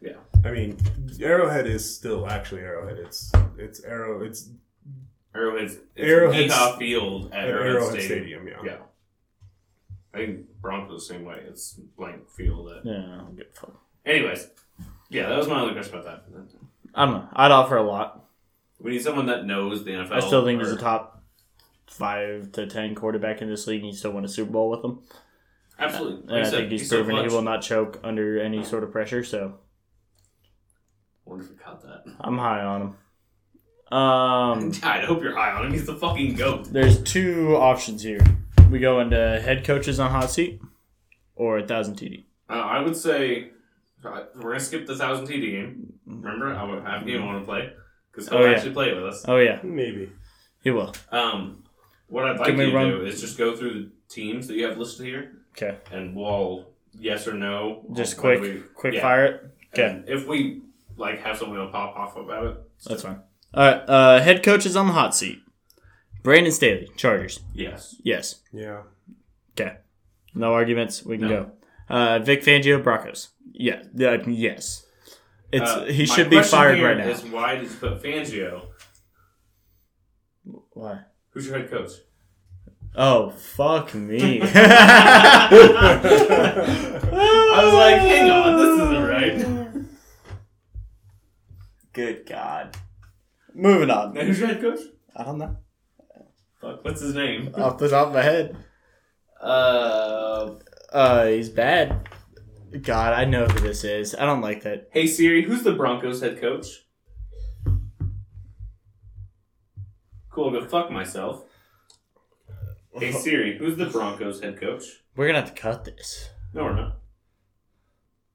Speaker 1: Yeah.
Speaker 2: I mean, Arrowhead is still actually Arrowhead. It's it's Arrow. It's
Speaker 1: Arrowhead's it's
Speaker 2: Arrowhead's-
Speaker 1: Yeehaw Field at
Speaker 2: at
Speaker 1: Arrowhead,
Speaker 2: Arrowhead
Speaker 1: Stadium.
Speaker 2: Stadium. yeah.
Speaker 1: Yeah. I think Broncos the same way. It's blank field. At...
Speaker 3: Yeah, I don't give a fuck.
Speaker 1: Anyways, yeah, that was my only question about that.
Speaker 3: I don't know. I'd offer a lot.
Speaker 1: We need someone that knows the NFL.
Speaker 3: I still think he's
Speaker 1: Oh, or-
Speaker 3: a top five to ten quarterback in this league, and you still win a Super Bowl with him.
Speaker 1: Absolutely.
Speaker 3: And
Speaker 1: Like
Speaker 3: I
Speaker 1: said,
Speaker 3: think he's,
Speaker 1: so
Speaker 3: proven he
Speaker 1: clutch.
Speaker 3: will not choke under any sort of pressure. So
Speaker 1: wonder if we caught that.
Speaker 3: I'm high on him. Um,
Speaker 1: I hope you're high on him. He's the fucking goat.
Speaker 3: there's two options here. We go into head coaches on hot seat or a thousand TD.
Speaker 1: Uh, I would say uh, we're gonna skip the thousand TD game. Remember, I would have a game I want to play because he'll
Speaker 3: Oh, yeah.
Speaker 1: actually play with us.
Speaker 3: Oh yeah,
Speaker 2: Maybe.
Speaker 3: he will.
Speaker 1: Um, what I'd like
Speaker 3: Can we
Speaker 1: you to
Speaker 3: run-
Speaker 1: do is just go through the teams that you have listed here,
Speaker 3: Okay,
Speaker 1: and we'll all yes or no.
Speaker 3: just
Speaker 1: on whether
Speaker 3: quick,
Speaker 1: we-
Speaker 3: quick
Speaker 1: yeah.
Speaker 3: fire it. Okay,
Speaker 1: And if we like have someone to pop off about it,
Speaker 3: that's fine. All right, uh, head coaches on the hot seat. Brandon Staley, Chargers.
Speaker 1: yes,
Speaker 3: Yes.
Speaker 2: Yeah.
Speaker 3: Okay. No arguments. We can
Speaker 1: No.
Speaker 3: go. Uh, Vic Fangio, Broncos. Yeah. yeah, yes. It's
Speaker 1: Uh,
Speaker 3: he
Speaker 1: my
Speaker 3: should be
Speaker 1: question
Speaker 3: fired
Speaker 1: here
Speaker 3: right now.
Speaker 1: Is why did you put Fangio?
Speaker 3: Why?
Speaker 1: Who's your head coach?
Speaker 3: Oh fuck me.
Speaker 1: I was like, hang on, this isn't right.
Speaker 3: Good God. Moving on.
Speaker 1: Now, who's your head coach?
Speaker 3: I don't know.
Speaker 1: Fuck, what's his name?
Speaker 3: Off the top of my head.
Speaker 1: Uh,
Speaker 3: Uh, he's bad. God, I know who this is. I don't like that.
Speaker 1: hey Siri, who's the Broncos head coach? Cool, I'll go fuck myself. Hey Siri, who's the Broncos head coach?
Speaker 3: We're gonna have to cut this.
Speaker 1: No, we're not.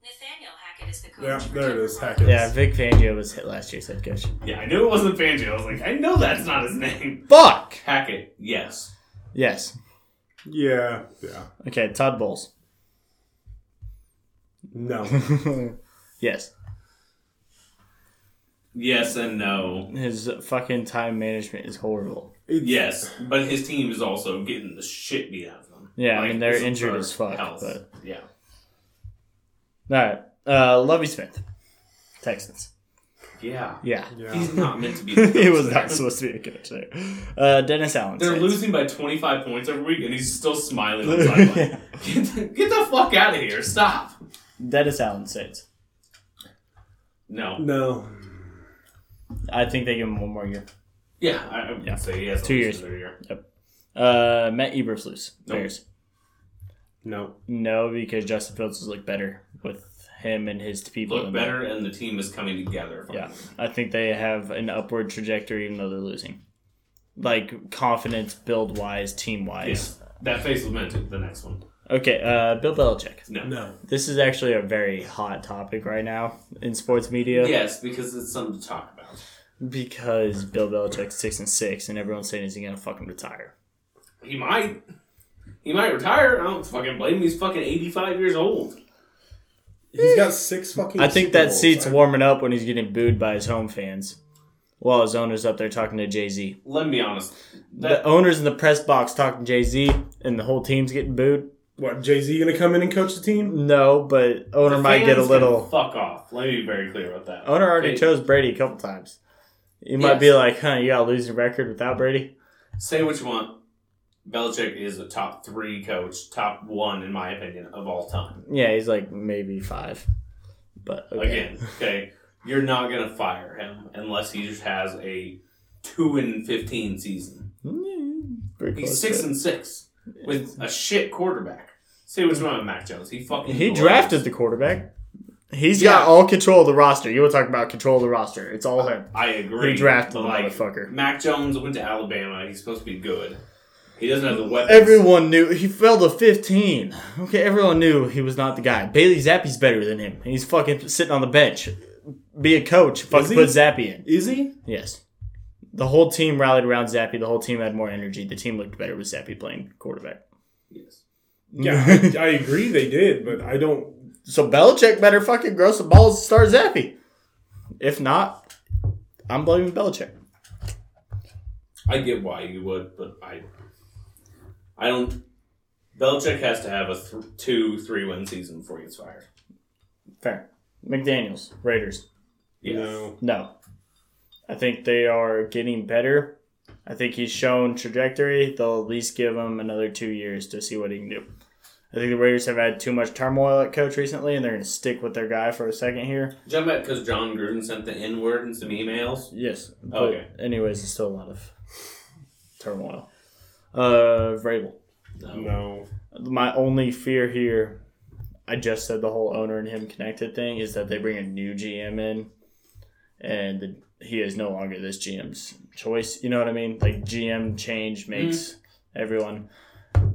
Speaker 4: Nathaniel Hackett is the coach.
Speaker 2: Yeah,
Speaker 4: for
Speaker 2: there it
Speaker 4: Denver
Speaker 2: is.
Speaker 4: Broncos.
Speaker 2: Hackett.
Speaker 3: Yeah, Vic Fangio was hit last year's head coach.
Speaker 1: Yeah, I knew it wasn't Fangio. I was like, I know that's not his name.
Speaker 3: Fuck!
Speaker 1: Hackett, yes.
Speaker 3: Yes.
Speaker 2: Yeah. Yeah.
Speaker 3: Okay, Todd Bowles.
Speaker 2: No.
Speaker 3: yes.
Speaker 1: Yes and no.
Speaker 3: His fucking time management is horrible.
Speaker 2: It's-
Speaker 1: Yes, but his team is also getting the shit beat out of them.
Speaker 3: Yeah, I mean, they're
Speaker 1: it's
Speaker 3: injured
Speaker 1: for
Speaker 3: as fuck,
Speaker 1: health.
Speaker 3: but-
Speaker 1: Yeah.
Speaker 3: Alright. Uh Lovey Smith. Texans.
Speaker 1: Yeah.
Speaker 3: Yeah.
Speaker 2: Yeah.
Speaker 1: He's not meant to be. the
Speaker 3: he
Speaker 1: coach
Speaker 3: was
Speaker 1: there.
Speaker 3: not supposed to be a coach there. Uh Dennis Allen.
Speaker 1: They're
Speaker 3: Saints.
Speaker 1: losing by 25 points every week, and he's still smiling on the sideline.
Speaker 3: Yeah.
Speaker 1: Get, the, get the fuck out of here. Stop.
Speaker 3: Dennis Allen Saints.
Speaker 1: No.
Speaker 2: No.
Speaker 3: I think they give him one more year.
Speaker 1: Yeah, I, I would
Speaker 3: Yeah.
Speaker 1: say he has at
Speaker 3: Two
Speaker 1: least
Speaker 3: years.
Speaker 1: another Year.
Speaker 3: Uh, Matt Eberflus,
Speaker 1: Nope.
Speaker 3: Bears.
Speaker 2: No.
Speaker 3: No, because Justin Fields has looked better with him and his people.
Speaker 1: Look
Speaker 3: in there.
Speaker 1: better, and the team is coming together.
Speaker 3: Yeah, I think they have an upward trajectory, even though they're losing. Like confidence, build wise, team wise.
Speaker 1: Yes. That face was meant to. The next one.
Speaker 3: Okay, uh, Bill Belichick.
Speaker 1: No.
Speaker 2: No.
Speaker 3: This is actually a very hot topic right now in sports media
Speaker 1: Yes, because it's something to talk about.
Speaker 3: because Bill Belichick's six and six, and everyone's saying he's gonna fucking retire.
Speaker 1: He might. He might retire. I don't fucking blame him. He's fucking 85 years old.
Speaker 2: He's got six fucking.
Speaker 3: I think
Speaker 2: Super
Speaker 3: that
Speaker 2: Bowls.
Speaker 3: seat's
Speaker 2: I-
Speaker 3: warming up when he's getting booed by his home fans, while his owner's up there talking to Jay Z.
Speaker 1: Let me be honest.
Speaker 3: The
Speaker 1: That,
Speaker 3: owner's in the press box talking to Jay Z, and the whole team's getting booed.
Speaker 2: What Jay Z gonna come in and coach the team?
Speaker 3: No, but owner
Speaker 1: the
Speaker 3: might get a
Speaker 1: fans
Speaker 3: little.
Speaker 1: can Fuck off. Let me be very clear about that.
Speaker 3: Owner already
Speaker 1: Okay,
Speaker 3: chose Brady a couple times. You might be
Speaker 1: Yes.
Speaker 3: like, huh, you got a losing record without Brady?
Speaker 1: Say what you want. Belichick is a top three coach, top one, in my opinion, of all time.
Speaker 3: Yeah, he's like maybe five. But okay.
Speaker 1: Again, okay? You're not going to fire him unless he just has a 2 and 15 season.
Speaker 3: Mm, pretty
Speaker 1: He's
Speaker 3: close
Speaker 1: six
Speaker 3: to it.
Speaker 1: and six with a shit quarterback. Say what you want about Mac Jones. He fucking
Speaker 3: He
Speaker 1: blows.
Speaker 3: drafted the quarterback. He's
Speaker 1: Yeah.
Speaker 3: got all control of the roster. You were talking about control of the roster. It's all him.
Speaker 1: I agree.
Speaker 3: He drafted
Speaker 1: but,
Speaker 3: the motherfucker.
Speaker 1: Mac Jones went to Alabama. He's supposed to be good. He doesn't have the weapons.
Speaker 3: Everyone knew he fell to 15. Okay, everyone knew he was not the guy. Bailey Zappi's better than him. He's fucking sitting on the bench. Be a coach. Fucking
Speaker 2: he?
Speaker 3: put Zappy in.
Speaker 2: Is he?
Speaker 3: Yes. The whole team rallied around Zappy. The whole team had more energy. The team looked better with Zappy playing quarterback.
Speaker 1: Yes.
Speaker 2: Yeah, I, I agree they did, but I don't.
Speaker 3: so Belichick better fucking grow some balls and start Zappy. If not, I'm blaming Belichick.
Speaker 1: I get why you would, but I, I don't. Belichick has to have a th- two, three win season before he gets fired.
Speaker 3: Fair. McDaniels, Raiders.
Speaker 1: Yeah.
Speaker 2: No.
Speaker 3: No. I think they are getting better. I think he's shown trajectory. They'll at least give him another two years to see what he can do. I think the Raiders have had too much turmoil at coach recently, and they're going to stick with their guy for a second here.
Speaker 1: Jump back because John Gruden sent the N word in some emails.
Speaker 3: Yes. But
Speaker 1: Okay.
Speaker 3: Anyways, there's still a lot of turmoil. Uh, Vrabel.
Speaker 1: No.
Speaker 2: No.
Speaker 3: My only fear here, I just said the whole owner and him connected thing, is that they bring a new GM in and the, he is no longer this GM's choice. You know what I mean? Like GM change makes everyone.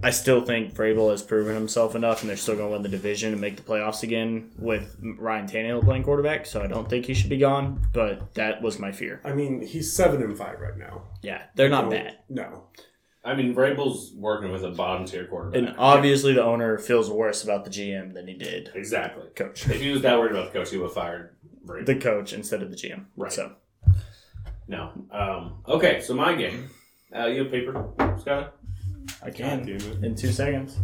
Speaker 3: I still think Vrabel has proven himself enough and they're still going to win the division and make the playoffs again with Ryan Tannehill playing quarterback. So I don't think he should be gone, but that was my fear.
Speaker 2: I mean, he's seven and five right now.
Speaker 3: Yeah, they're not
Speaker 2: No.
Speaker 3: bad.
Speaker 2: No.
Speaker 1: I mean, Vrabel's working with a bottom tier quarterback.
Speaker 3: And uh, obviously the owner feels worse about the GM than he did
Speaker 1: exactly.
Speaker 3: coach.
Speaker 1: If he was that worried about the coach, he would have fired Vrabel.
Speaker 3: the coach instead of the GM.
Speaker 1: Right.
Speaker 3: So
Speaker 1: No. Um, okay, so my game. Uh, you have paper, Scott?
Speaker 3: I
Speaker 2: God
Speaker 3: can
Speaker 2: damn it.
Speaker 3: in two seconds.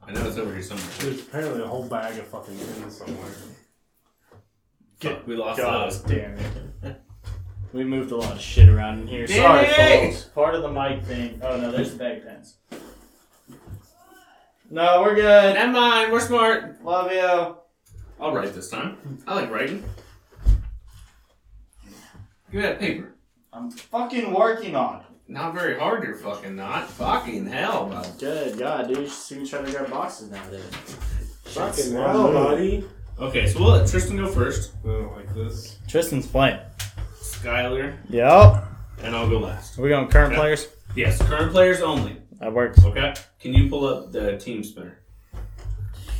Speaker 1: I know it's over here somewhere.
Speaker 2: There's apparently a whole bag of fucking pins somewhere.
Speaker 1: Fuck, we lost
Speaker 3: God
Speaker 1: those.
Speaker 3: damn it. We moved a lot of shit around in here.
Speaker 1: Damn
Speaker 3: Sorry,
Speaker 1: it!
Speaker 3: folks. Part of the mic thing. Oh no, there's the bag pens. No, we're good.
Speaker 1: Never mind, we're smart.
Speaker 3: Love you.
Speaker 1: I'll write this time. I like writing. You had paper.
Speaker 3: I'm fucking working on it.
Speaker 1: Not very hard, you're fucking not. Fucking hell, bud.
Speaker 3: Good God, dude. You should see me trying to grab boxes nowadays.
Speaker 2: Fucking
Speaker 3: not
Speaker 2: hell,
Speaker 3: moving.
Speaker 2: buddy.
Speaker 1: Okay, so we'll let Tristan go first,
Speaker 2: I don't like this.
Speaker 3: Tristan's playing.
Speaker 1: Skyler,
Speaker 3: Yep.
Speaker 1: and I'll go last.
Speaker 3: Are we going current
Speaker 1: Okay.
Speaker 3: players?
Speaker 1: Yes, current players only.
Speaker 3: That works.
Speaker 1: Okay? Can you pull up the team spinner?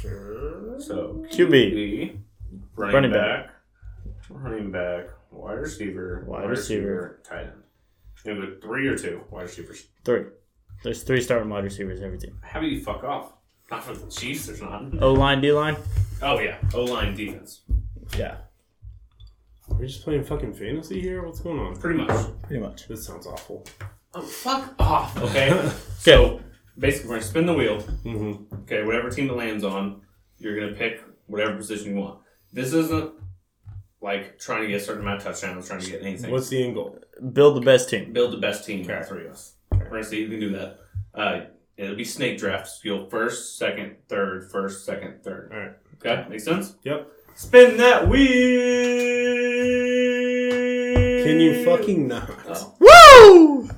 Speaker 2: Sure.
Speaker 1: So
Speaker 3: QB.
Speaker 1: QB, running,
Speaker 3: Running
Speaker 1: back, running back, wide receiver,
Speaker 3: Wide receiver.
Speaker 1: tight end. You have a three or two wide receivers.
Speaker 3: Three. There's three starting wide receivers every team.
Speaker 1: How do you fuck off? Not for the Chiefs, there's not.
Speaker 3: O line, D line.
Speaker 1: Oh yeah, O line defense,
Speaker 3: Yeah,
Speaker 2: Are we just playing fucking fantasy here? What's going on?
Speaker 1: pretty much.
Speaker 3: pretty much.
Speaker 2: This sounds awful.
Speaker 1: Oh fuck off. Okay. so basically, we're gonna spin the wheel.
Speaker 2: Mm-hmm.
Speaker 1: Okay, whatever team it lands on, you're gonna pick whatever position you want. This isn't like trying to get a certain amount of touchdowns, trying to get anything.
Speaker 2: What's the end goal?
Speaker 3: Build the best team.
Speaker 1: build the best team out of three of us. We're gonna see if you can do that. Uh, it'll be snake drafts. You'll first, second, third, first, second, third.
Speaker 2: All right.
Speaker 1: Okay, make sense.
Speaker 2: Yep.
Speaker 3: Spin that wheel.
Speaker 5: Can you fucking not?
Speaker 3: Oh. Woo!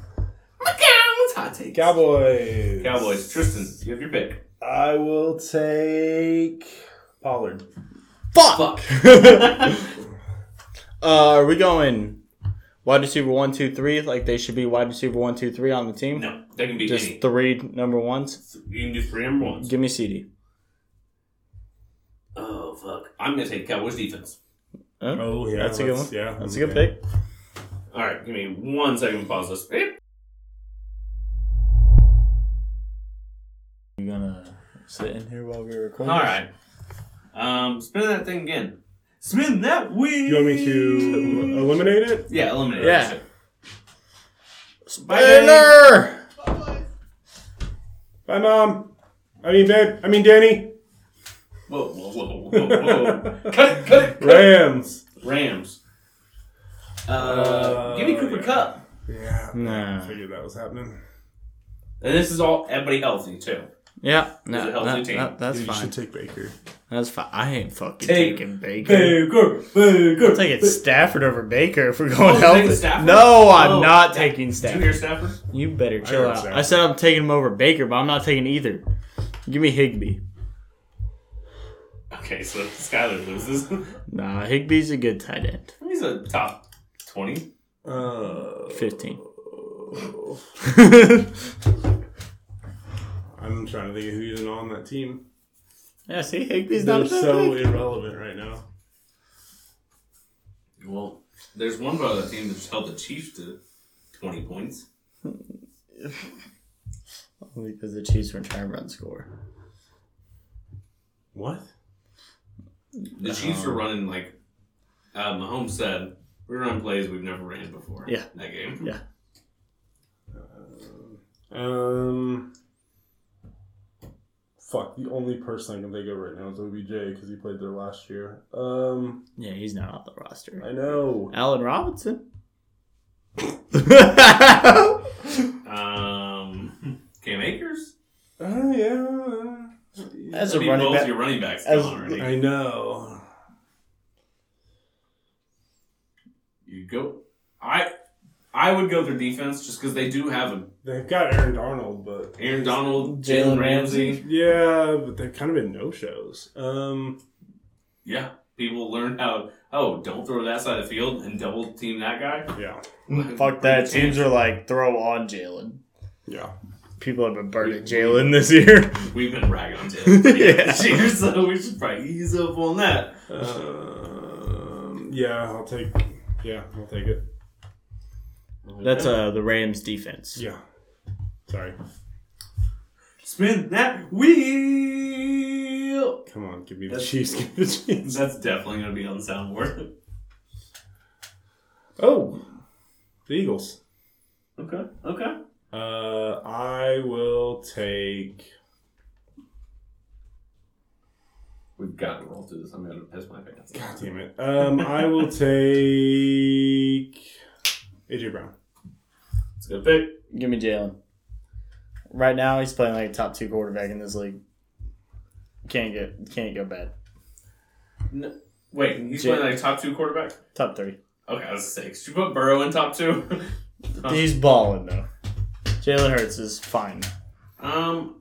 Speaker 5: Hot take.
Speaker 2: Cowboys.
Speaker 1: Cowboys. Tristan, you have your pick.
Speaker 5: I will take Pollard.
Speaker 3: Fuck. uh, are we going wide receiver one, two, three? Like they should be wide receiver one, two, three on the team.
Speaker 1: No, that can be
Speaker 3: Just
Speaker 1: any.
Speaker 3: three number ones.
Speaker 1: you can do three number ones.
Speaker 3: Give me CD.
Speaker 1: Oh fuck! I'm gonna take Cowboys defense.
Speaker 3: Huh?
Speaker 2: Oh, yeah,
Speaker 3: that's a good one.
Speaker 2: that's- yeah,
Speaker 3: that's a good
Speaker 2: okay.
Speaker 3: pick.
Speaker 1: All right, give me one second. to Pause this. Eh. Beep.
Speaker 3: You gonna sit in here while we record?
Speaker 1: All right. Um, spin that thing again. Spin that wheel.
Speaker 2: You want me to eliminate it?
Speaker 1: Yeah, eliminate.
Speaker 3: Yeah.
Speaker 1: that shit.
Speaker 3: Spinner.
Speaker 2: Bye, mom. I mean, babe. I mean, Danny.
Speaker 1: Whoa, whoa, whoa, whoa, whoa! cut it, cut it.
Speaker 2: Rams.
Speaker 1: Rams. Uh,
Speaker 2: Uh,
Speaker 1: give me Cooper Cup.
Speaker 2: Yeah. I
Speaker 3: Nah.
Speaker 2: figured that was happening.
Speaker 1: And this is all everybody healthy too.
Speaker 3: Yeah.
Speaker 1: It's a
Speaker 3: No,
Speaker 1: healthy
Speaker 3: that-
Speaker 1: team.
Speaker 3: that- that's
Speaker 2: Dude, you
Speaker 3: fine.
Speaker 2: should take Baker.
Speaker 3: That's fine. I ain't fucking
Speaker 1: Take
Speaker 3: taking Baker.
Speaker 1: Baker, Baker.
Speaker 3: I'm taking Stafford over Baker if we're
Speaker 1: Oh,
Speaker 3: going
Speaker 1: you're
Speaker 3: healthy.
Speaker 1: taking Stafford?
Speaker 3: No, I'm
Speaker 1: Oh,
Speaker 3: not
Speaker 1: yeah.
Speaker 3: taking
Speaker 1: Did you
Speaker 3: Stafford.
Speaker 1: hear Stafford?
Speaker 3: You better
Speaker 2: heard
Speaker 3: chill out. I
Speaker 2: Stafford.
Speaker 3: said I'm taking him over Baker, but I'm not taking either. Give me Higby.
Speaker 1: Okay, so Skyler loses.
Speaker 3: Nah, Higby's a good tight end.
Speaker 1: He's a top twenty.
Speaker 2: Uh,
Speaker 3: Fifteen.
Speaker 2: I'm trying to think of who's even on that team.
Speaker 3: yeah, see, Higby's
Speaker 2: They're
Speaker 3: not
Speaker 2: so
Speaker 3: so.
Speaker 2: irrelevant right now.
Speaker 1: Well, there's one part of the team that's held the Chiefs to twenty points.
Speaker 3: Only because the Chiefs were trying to run score.
Speaker 2: What?
Speaker 1: The Chiefs were running like uh, Mahomes said, we run plays we've never ran before.
Speaker 3: Yeah.
Speaker 1: That game.
Speaker 3: Yeah.
Speaker 2: Um. Fuck. The only person I can think of right now is OBJ because he played there last year. Um.
Speaker 3: Yeah, he's not on the roster.
Speaker 2: I know.
Speaker 3: Allen Robinson.
Speaker 1: Um Cam Akers?
Speaker 2: Oh yeah.
Speaker 3: As
Speaker 1: I
Speaker 3: a
Speaker 1: mean,
Speaker 3: running
Speaker 1: both
Speaker 3: back,
Speaker 1: your running backs
Speaker 3: as-
Speaker 1: gone already.
Speaker 2: I know.
Speaker 1: You go I I would go their defense just because they do have a
Speaker 2: They've got Aaron Darnold, but
Speaker 1: Aaron Donald,
Speaker 3: Jalen
Speaker 1: Jalen Ramsey.
Speaker 2: yeah, but they've kind of been no shows. Um.
Speaker 1: Yeah. People learn how oh, don't throw that side of the field and double team that guy.
Speaker 2: Yeah.
Speaker 3: Mm, Fuck that. Teams are like throw on Jalen.
Speaker 2: Yeah.
Speaker 3: People have been burning Jalen this year.
Speaker 1: We've been ragging on Jalen for
Speaker 3: Yeah.
Speaker 1: this year, so we should probably ease up on that.
Speaker 2: Um. Yeah, I'll take. Yeah, I'll take it.
Speaker 3: That's uh the Rams defense.
Speaker 2: Yeah. Sorry.
Speaker 1: Spin that wheel.
Speaker 2: Come on, give me the
Speaker 1: That's-
Speaker 2: Chiefs. Give me the Chiefs.
Speaker 1: That's definitely gonna be on the soundboard.
Speaker 2: Oh, the Eagles.
Speaker 1: Okay. Okay.
Speaker 2: Uh, I will take.
Speaker 1: We've got to roll through this. I'm gonna piss my pants.
Speaker 2: God damn it. Um, I will take AJ Brown.
Speaker 1: It's a good pick.
Speaker 3: Give me Jalen. Right now he's playing like a top two quarterback in this league. Can't get can't go bad.
Speaker 1: No, wait, he's
Speaker 3: J-
Speaker 1: playing like top two quarterback.
Speaker 3: Top three.
Speaker 1: Okay, I was six. You put Burrow in top two. Huh.
Speaker 3: He's balling though. Jalen Hurts is fine.
Speaker 1: um,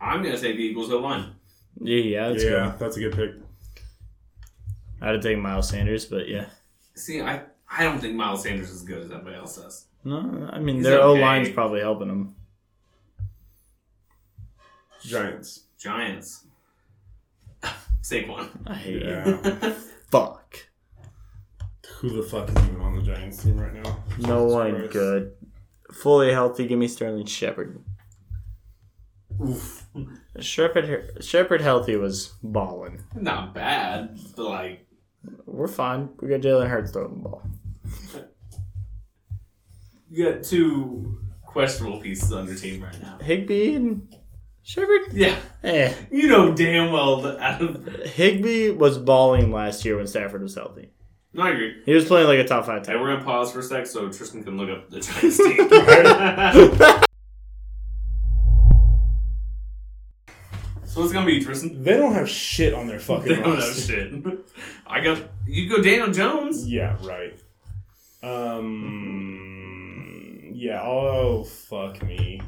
Speaker 1: I'm gonna say the Eagles O line.
Speaker 3: Yeah, yeah, that's
Speaker 2: yeah, that's a good pick.
Speaker 3: good. I'd have taken Miles Sanders, but yeah.
Speaker 1: See, I I don't think Miles Sanders is as good as everybody else says.
Speaker 3: No, I mean
Speaker 1: He's
Speaker 3: their O
Speaker 1: okay.
Speaker 3: line's probably helping him.
Speaker 2: Giants.
Speaker 1: Giants. Saquon.
Speaker 3: I hate you.
Speaker 2: Yeah.
Speaker 3: Fuck.
Speaker 2: Who the fuck is even on the Giants team right now?
Speaker 3: No
Speaker 2: Jesus
Speaker 3: one
Speaker 2: Christ.
Speaker 3: good. Fully healthy, give me Sterling Shepard.
Speaker 1: Oof.
Speaker 3: Shepard Shepard healthy was balling.
Speaker 1: Not bad, but like
Speaker 3: We're fine. We got Jalen Hurts throwing the ball.
Speaker 1: you got two questionable pieces on your team right now.
Speaker 3: Higby and Shepard.
Speaker 1: Yeah,
Speaker 3: Eh.
Speaker 1: you know damn well that out of
Speaker 3: Higby was balling last year when Stafford was healthy.
Speaker 1: No, I agree.
Speaker 3: He was playing like a top five
Speaker 1: Hey,
Speaker 3: tight.
Speaker 1: we're gonna pause for a sec so Tristan can look up the Giants team. So it's gonna be Tristan.
Speaker 2: They don't have shit on their fucking
Speaker 1: They don't know
Speaker 2: roster.
Speaker 1: Oh, shit. I got you go Daniel Jones.
Speaker 2: Yeah, right. Um. Yeah. Oh fuck me.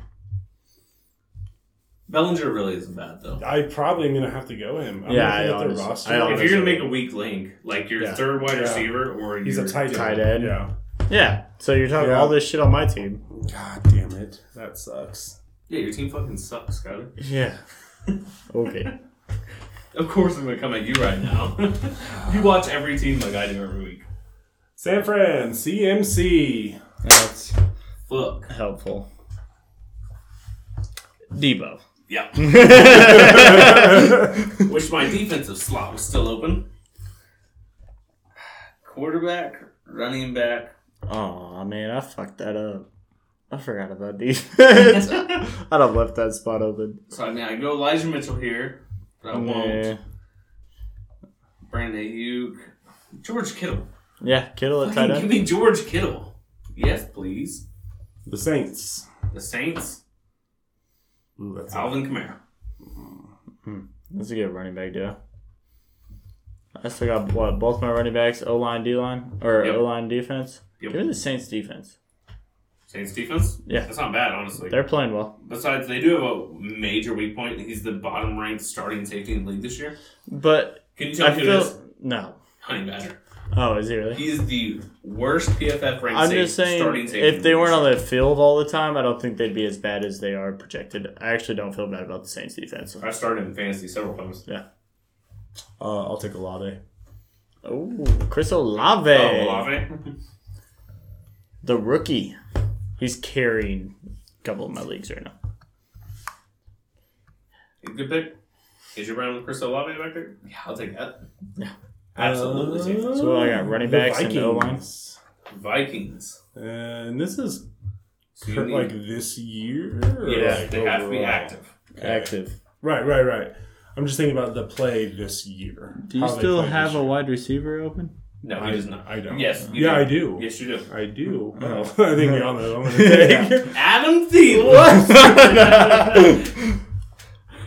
Speaker 1: Bellinger really isn't bad though.
Speaker 2: I probably am gonna have to go him. I'm
Speaker 3: Yeah,
Speaker 2: looking
Speaker 3: I
Speaker 2: at their
Speaker 3: honest-
Speaker 2: roster.
Speaker 3: I
Speaker 1: If you're gonna make a weak link, like your
Speaker 2: Yeah.
Speaker 1: third wide
Speaker 2: Yeah.
Speaker 1: receiver or
Speaker 2: He's
Speaker 1: your,
Speaker 2: a tight end.
Speaker 3: Tight end.
Speaker 2: Yeah.
Speaker 3: Yeah. So you're talking
Speaker 2: Yeah.
Speaker 3: all this shit on my team.
Speaker 2: God damn it. That sucks.
Speaker 1: Yeah, your team fucking sucks, Skyler.
Speaker 3: Yeah. okay.
Speaker 1: Of course I'm gonna come at you right now. you watch every team like I do every week.
Speaker 2: San Fran, CMC.
Speaker 3: That's
Speaker 1: Fuck.
Speaker 3: helpful. Debo.
Speaker 1: Yeah. Wish my defensive slot was still open. Quarterback, running back.
Speaker 3: Oh man, I fucked that up. I forgot about defense. I'd have left that spot open.
Speaker 1: So I mean, I go Elijah Mitchell here, but I
Speaker 3: Yeah.
Speaker 1: won't. Brandon Ayuk, George Kittle.
Speaker 3: Yeah, Kittle at tight
Speaker 1: Fucking give
Speaker 3: end.
Speaker 1: me George Kittle. Yes, please.
Speaker 2: The Saints.
Speaker 1: The Saints,
Speaker 2: Ooh, that's a-
Speaker 1: Alvin Kamara.
Speaker 3: That's a good running back duo. I still got what both my running backs, O line, D line, or
Speaker 1: Yep.
Speaker 3: O line defense.
Speaker 1: Yep.
Speaker 3: Give me the Saints defense.
Speaker 1: Saints defense.
Speaker 3: Yeah.
Speaker 1: that's not bad, honestly.
Speaker 3: They're playing well,
Speaker 1: Besides, they do have a major weak point. He's the bottom ranked starting safety in the league this year.
Speaker 3: but
Speaker 1: Can you tell
Speaker 3: I
Speaker 1: me who it
Speaker 3: feel
Speaker 1: is?
Speaker 3: no.
Speaker 1: Honey Badger.
Speaker 3: Oh, is he really?
Speaker 1: He is the worst PFF ranked.
Speaker 3: I'm
Speaker 1: safe-
Speaker 3: just saying,
Speaker 1: starting safety
Speaker 3: if they
Speaker 1: in the
Speaker 3: weren't
Speaker 1: league.
Speaker 3: on the field all the time, I don't think they'd be as bad as they are projected. I actually don't feel bad about the Saints defense. Uh,
Speaker 1: I started in fantasy several times.
Speaker 2: Uh, I'll take Olave.
Speaker 3: Oh, Chris Olave.
Speaker 1: Oh, Olave.
Speaker 3: the rookie. He's carrying a couple of my leagues right now.
Speaker 1: Good pick. Is your Brown with Chris Olave back there? Yeah, I'll take that.
Speaker 3: Yeah.
Speaker 1: Absolutely. safe.
Speaker 2: Uh,
Speaker 3: So I got running
Speaker 2: the
Speaker 3: backs and
Speaker 2: Vikings.
Speaker 3: O-line.
Speaker 1: Vikings.
Speaker 2: And this is
Speaker 1: So you
Speaker 2: cur-
Speaker 1: need-
Speaker 2: like this year. or,
Speaker 1: yeah,
Speaker 2: like,
Speaker 1: they have to be
Speaker 2: overall?
Speaker 1: active.
Speaker 3: Active.
Speaker 2: Right, right, right. I'm just thinking about the play this year.
Speaker 3: Do you
Speaker 2: How they
Speaker 3: still
Speaker 2: played
Speaker 3: have
Speaker 2: this
Speaker 3: a
Speaker 2: year.
Speaker 3: wide receiver open?
Speaker 1: No,
Speaker 2: I-
Speaker 1: he does not.
Speaker 2: I don't.
Speaker 1: Yes, you
Speaker 2: Yeah,
Speaker 1: do.
Speaker 2: I do.
Speaker 1: Yes, you do.
Speaker 2: I do.
Speaker 3: Oh.
Speaker 2: Oh, I think we all know. what I'm gonna take.
Speaker 1: Adam Thielen.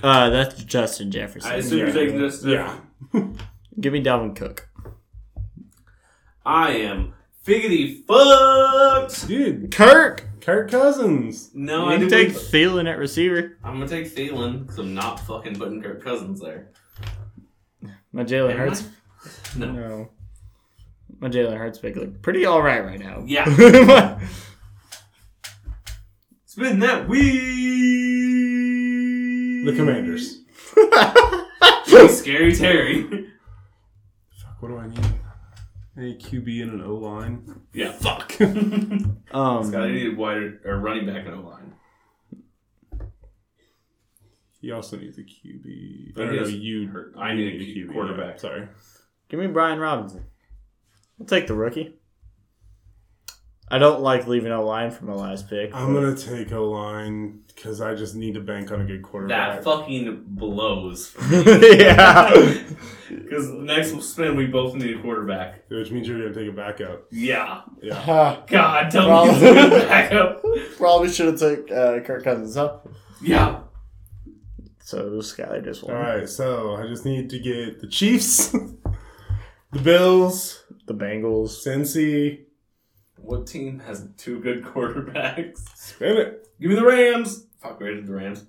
Speaker 3: Uh, that's Justin
Speaker 1: I
Speaker 3: Jefferson.
Speaker 1: assume you're taking this.
Speaker 2: yeah.
Speaker 3: Give me Dalvin Cook.
Speaker 1: I am figgity fucked.
Speaker 2: Dude,
Speaker 3: Kirk.
Speaker 2: Kirk Cousins.
Speaker 1: No, I
Speaker 3: you
Speaker 1: do
Speaker 3: can take
Speaker 1: believe-
Speaker 3: Thielen at receiver.
Speaker 1: I'm gonna take Thielen because I'm not fucking putting Kirk Cousins there.
Speaker 3: My Jalen
Speaker 1: Am
Speaker 3: Hurts.
Speaker 1: I? No.
Speaker 3: No. My Jalen Hurts pick look pretty all right right now.
Speaker 1: Yeah. It's been that week.
Speaker 2: The Commanders.
Speaker 1: Scary Terry.
Speaker 2: Fuck, what do I need? A QB and an O line.
Speaker 1: yeah, fuck. Scott, I
Speaker 3: um,
Speaker 1: need a wider or running back and O line.
Speaker 2: He also needs a QB.
Speaker 1: But
Speaker 2: I
Speaker 1: he
Speaker 2: don't know,
Speaker 1: has-
Speaker 2: you.
Speaker 1: I
Speaker 2: you
Speaker 1: need a
Speaker 2: yeah,
Speaker 1: quarterback.
Speaker 2: Sorry.
Speaker 3: give me Brian Robinson. I'll take the rookie. I don't like leaving a line for my last pick.
Speaker 2: I'm gonna take O line because I just need to bank on a good
Speaker 1: That
Speaker 2: quarterback.
Speaker 1: fucking blows.
Speaker 3: yeah.
Speaker 1: Because next spin, we both need a quarterback.
Speaker 2: which means you're gonna take a backup.
Speaker 1: Yeah.
Speaker 2: Yeah.
Speaker 1: God, tell me he's a backup.
Speaker 3: Probably should have took uh, Kirk Cousins up.
Speaker 1: Yeah.
Speaker 3: So Skyler just won.
Speaker 2: All right. So I just need to get the Chiefs, the Bills,
Speaker 3: The Bengals.
Speaker 2: Cincy.
Speaker 1: What team has two good quarterbacks?
Speaker 2: Spin it.
Speaker 1: Give me the Rams. Fuck, we did the Rams.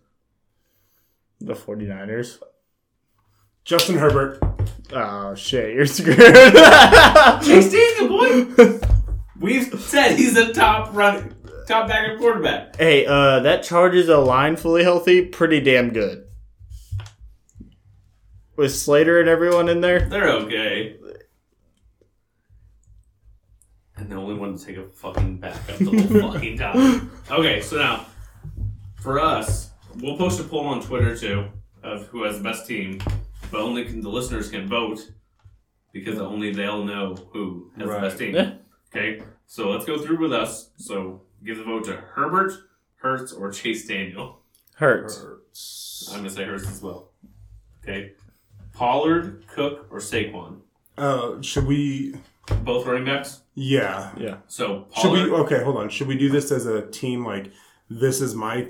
Speaker 3: The 49ers.
Speaker 2: Justin Herbert.
Speaker 3: Oh, shit. You're screwed.
Speaker 1: Chase Daniel, boy. We've said he's a top running, top backup quarterback.
Speaker 3: hey, uh, that charges a line fully healthy. Pretty damn good. With Slater and everyone in there.
Speaker 1: They're okay. And the only one to take a fucking backup the whole fucking time. Okay, so now for us, we'll post a poll on Twitter too of who has the best team, but only can, the listeners can vote because only they'll know who has
Speaker 2: Right.
Speaker 1: the best team.
Speaker 3: Yeah.
Speaker 1: Okay, so let's go through with us. So give the vote to Herbert, Hertz, or Chase Daniel.
Speaker 3: Hurts.
Speaker 1: I'm gonna say Hertz as well. Okay, Pollard, Cook, or Saquon.
Speaker 2: Uh, should we?
Speaker 1: Both running backs.
Speaker 2: Yeah.
Speaker 3: Yeah.
Speaker 1: So
Speaker 2: Should
Speaker 1: Pollard.
Speaker 2: we? Okay, hold on. Should we do this as a team? Like this is my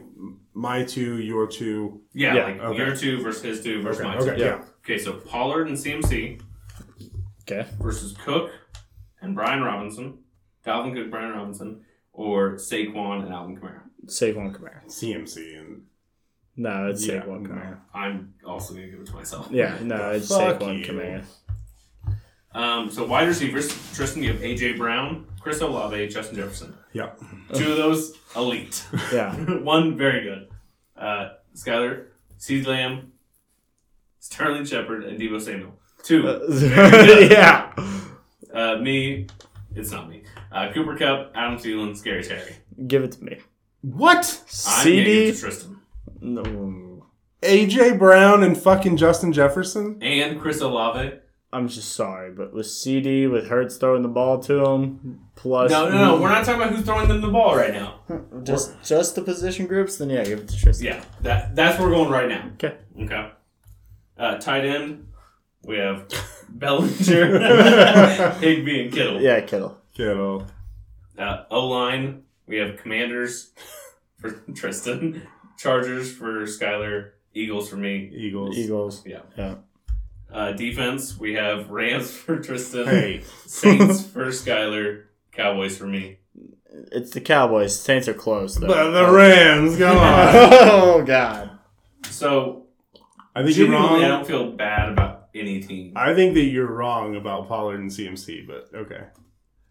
Speaker 2: my two, your two.
Speaker 1: Yeah,
Speaker 3: Yeah,
Speaker 1: like
Speaker 2: okay.
Speaker 1: your two versus his two versus
Speaker 2: Okay,
Speaker 1: my two.
Speaker 2: okay, yeah.
Speaker 1: Okay, so Pollard and CMC
Speaker 3: Okay.
Speaker 1: versus Cook and Brian Robinson, Dalvin Cook, Brian Robinson, or Saquon and Alvin Kamara.
Speaker 3: Saquon Kamara.
Speaker 2: CMC and
Speaker 3: No, it's
Speaker 2: Yeah,
Speaker 3: Saquon
Speaker 2: no.
Speaker 3: Kamara.
Speaker 1: I'm also gonna give it to myself.
Speaker 3: Yeah, no, it's
Speaker 2: Fuck
Speaker 3: Saquon
Speaker 2: you.
Speaker 3: Kamara.
Speaker 1: Um, so wide receivers, Tristan, you have AJ Brown, Chris Olave, Justin Jefferson.
Speaker 2: yeah,
Speaker 1: Two of those elite.
Speaker 3: Yeah.
Speaker 1: One very good. Uh, Skyler, CeeDee Lamb, Sterling Shepard, and Debo Samuel. Two.
Speaker 2: Uh,
Speaker 3: yeah.
Speaker 1: Uh, me, it's not me. Uh, Cooper Cup, Adam Thielen, Scary Terry.
Speaker 3: Give it to me.
Speaker 2: what?
Speaker 1: I'm gonna give it
Speaker 3: CD.
Speaker 1: to Tristan
Speaker 3: No.
Speaker 2: AJ Brown and fucking Justin Jefferson.
Speaker 1: and Chris Olave.
Speaker 3: I'm just sorry, but with CD, with Hertz throwing the ball to him, plus
Speaker 1: No, no, no. We're not talking about who's throwing them the ball right now.
Speaker 3: just just the position groups. Then yeah, give it to Tristan.
Speaker 1: Yeah, that that's where we're going right now.
Speaker 3: Okay.
Speaker 1: Okay. Uh, tight end, we have Bellinger, Higby, and Kittle.
Speaker 3: Yeah, Kittle.
Speaker 2: Kittle.
Speaker 1: Uh, o line, we have Commanders for Tristan, Chargers for Skyler, Eagles for me.
Speaker 2: Eagles.
Speaker 3: Eagles.
Speaker 1: Yeah.
Speaker 3: Yeah.
Speaker 1: Uh, defense, we have Rams for Tristan,
Speaker 2: Hey,
Speaker 1: Saints for Skyler, Cowboys for me.
Speaker 3: It's the Cowboys. Saints are close though.
Speaker 2: but the Rams. Come on.
Speaker 3: oh God.
Speaker 1: So
Speaker 2: I think you're
Speaker 1: genuinely, I
Speaker 2: wrong.
Speaker 1: don't feel bad about any team.
Speaker 2: I think that you're wrong about Pollard and CMC, but okay.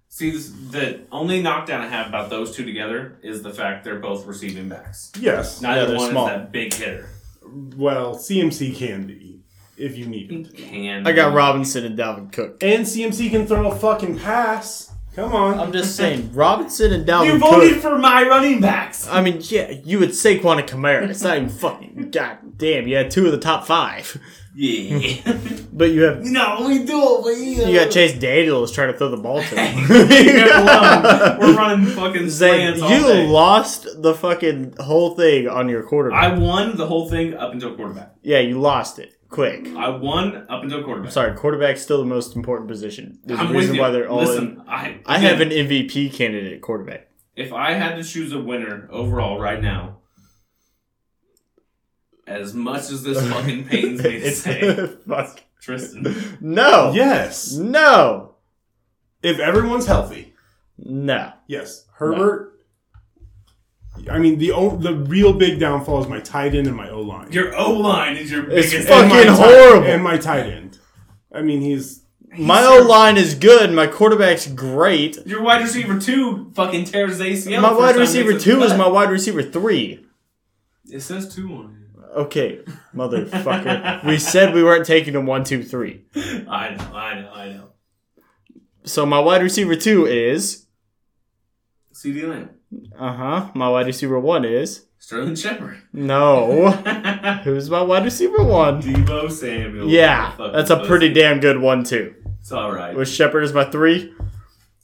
Speaker 1: See, this, the only knockdown I have about those two together is the fact they're both receiving backs.
Speaker 2: Yes.
Speaker 3: Yeah,
Speaker 1: Neither
Speaker 3: they're
Speaker 1: one
Speaker 3: small.
Speaker 1: is that big hitter.
Speaker 2: Well, CMC can be if you need it.
Speaker 1: Can
Speaker 3: I got Robinson and Dalvin Cook.
Speaker 2: And CMC can throw a fucking pass. Come on.
Speaker 3: I'm just saying Robinson and Dalvin
Speaker 1: You
Speaker 3: Cook.
Speaker 1: voted for my running backs.
Speaker 3: I mean, yeah, you would Saquon and Kamara. It's not even fucking goddamn. You had two of the top five,
Speaker 1: Yeah.
Speaker 3: but you have
Speaker 1: no, we do it. We, uh,
Speaker 3: you got Chase Daniels trying to throw the ball to
Speaker 1: You're alone.
Speaker 3: him.
Speaker 1: We're running fucking
Speaker 3: Zane,
Speaker 1: slants all
Speaker 3: you
Speaker 1: day.
Speaker 3: lost the fucking whole thing on your quarterback.
Speaker 1: I won the whole thing up until quarterback.
Speaker 3: yeah, you lost it quick.
Speaker 1: I won up until quarterback.
Speaker 3: Sorry, quarterback's still the most important position. There's
Speaker 1: I'm
Speaker 3: a
Speaker 1: with
Speaker 3: reason
Speaker 1: you.
Speaker 3: why they're all. in.
Speaker 1: Listen, I
Speaker 3: I have an MVP candidate at quarterback.
Speaker 1: If I had to choose a winner overall right now, as much as this fucking pains me to
Speaker 3: It's-
Speaker 1: say,
Speaker 3: fuck.
Speaker 1: Tristan,
Speaker 3: No.
Speaker 2: yes.
Speaker 3: No.
Speaker 2: If everyone's healthy.
Speaker 3: No.
Speaker 2: Yes. Herbert. I mean, the o- the real big downfall is my tight end and my O line.
Speaker 1: your O line is your
Speaker 3: It's
Speaker 1: biggest.
Speaker 3: fucking horrible.
Speaker 2: And my tight end. I mean, he's.
Speaker 3: My O line is good. My quarterback's great.
Speaker 1: Your wide receiver two fucking tears ACL.
Speaker 3: my
Speaker 1: first
Speaker 3: wide
Speaker 1: time
Speaker 3: receiver
Speaker 1: makes it
Speaker 3: two is
Speaker 1: cut.
Speaker 3: my wide receiver three.
Speaker 1: It says two on
Speaker 3: Okay, motherfucker. we said we weren't taking him one, two, three.
Speaker 1: it. I know, I know, I know.
Speaker 3: So my wide receiver two is
Speaker 1: CD Lamb,
Speaker 3: uh huh. My wide receiver one is
Speaker 1: Sterling Shepard,
Speaker 3: no.
Speaker 1: Debo
Speaker 3: Who's my wide receiver one?
Speaker 1: Samuel.
Speaker 3: Yeah,
Speaker 1: Fucking
Speaker 3: that's a
Speaker 1: pussy.
Speaker 3: pretty damn good one too.
Speaker 1: It's all right.
Speaker 3: With Shepard as my three.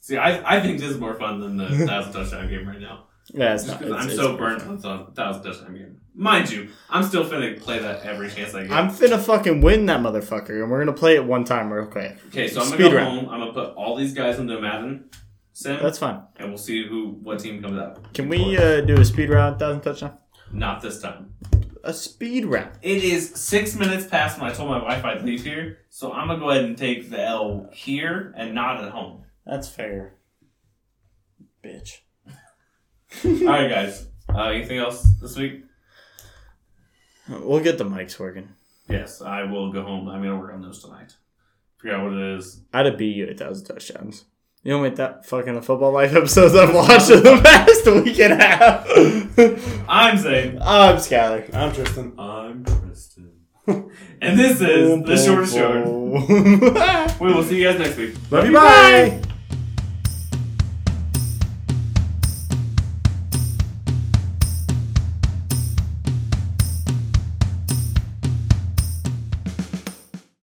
Speaker 1: See, I, I think this is more fun than the thousand touchdown game right now.
Speaker 3: Yeah, it's
Speaker 1: Just
Speaker 3: not.
Speaker 1: 'cause
Speaker 3: it's-
Speaker 1: I'm
Speaker 3: it's
Speaker 1: so
Speaker 3: pretty
Speaker 1: burnt
Speaker 3: fun.
Speaker 1: on the thou- thousand touchdown game. Mind you, I'm still finna play that every chance I get.
Speaker 3: I'm finna fucking win that motherfucker, and we're gonna play it one time real quick.
Speaker 1: okay, so I'm gonna
Speaker 3: speed
Speaker 1: go
Speaker 3: round.
Speaker 1: home. I'm gonna put all these guys into a Madden sim,
Speaker 3: That's fine.
Speaker 1: and we'll see who what team comes out.
Speaker 3: Can we uh, do a speed round thousand touchdown?
Speaker 1: Not this time.
Speaker 3: A speed round.
Speaker 1: It is six minutes past when I told my wife I'd leave here, so I'm gonna go ahead and take the L here and not at home.
Speaker 3: That's fair. Bitch.
Speaker 1: All right, guys. Uh, anything else this week?
Speaker 3: We'll get the mics working.
Speaker 1: Yes, I will go home. I'm gonna work on those tonight. Figure out what it is.
Speaker 3: I'd have beat you a thousand touchdowns. You know what that fucking the football life episodes I've watched are the best we can have.
Speaker 1: I'm saying.
Speaker 3: I'm Skyler.
Speaker 2: I'm Tristan.
Speaker 1: I'm Tristan. and this is the shortest short.
Speaker 3: Boom, boom.
Speaker 1: We will see you guys next week.
Speaker 2: Love you. Bye.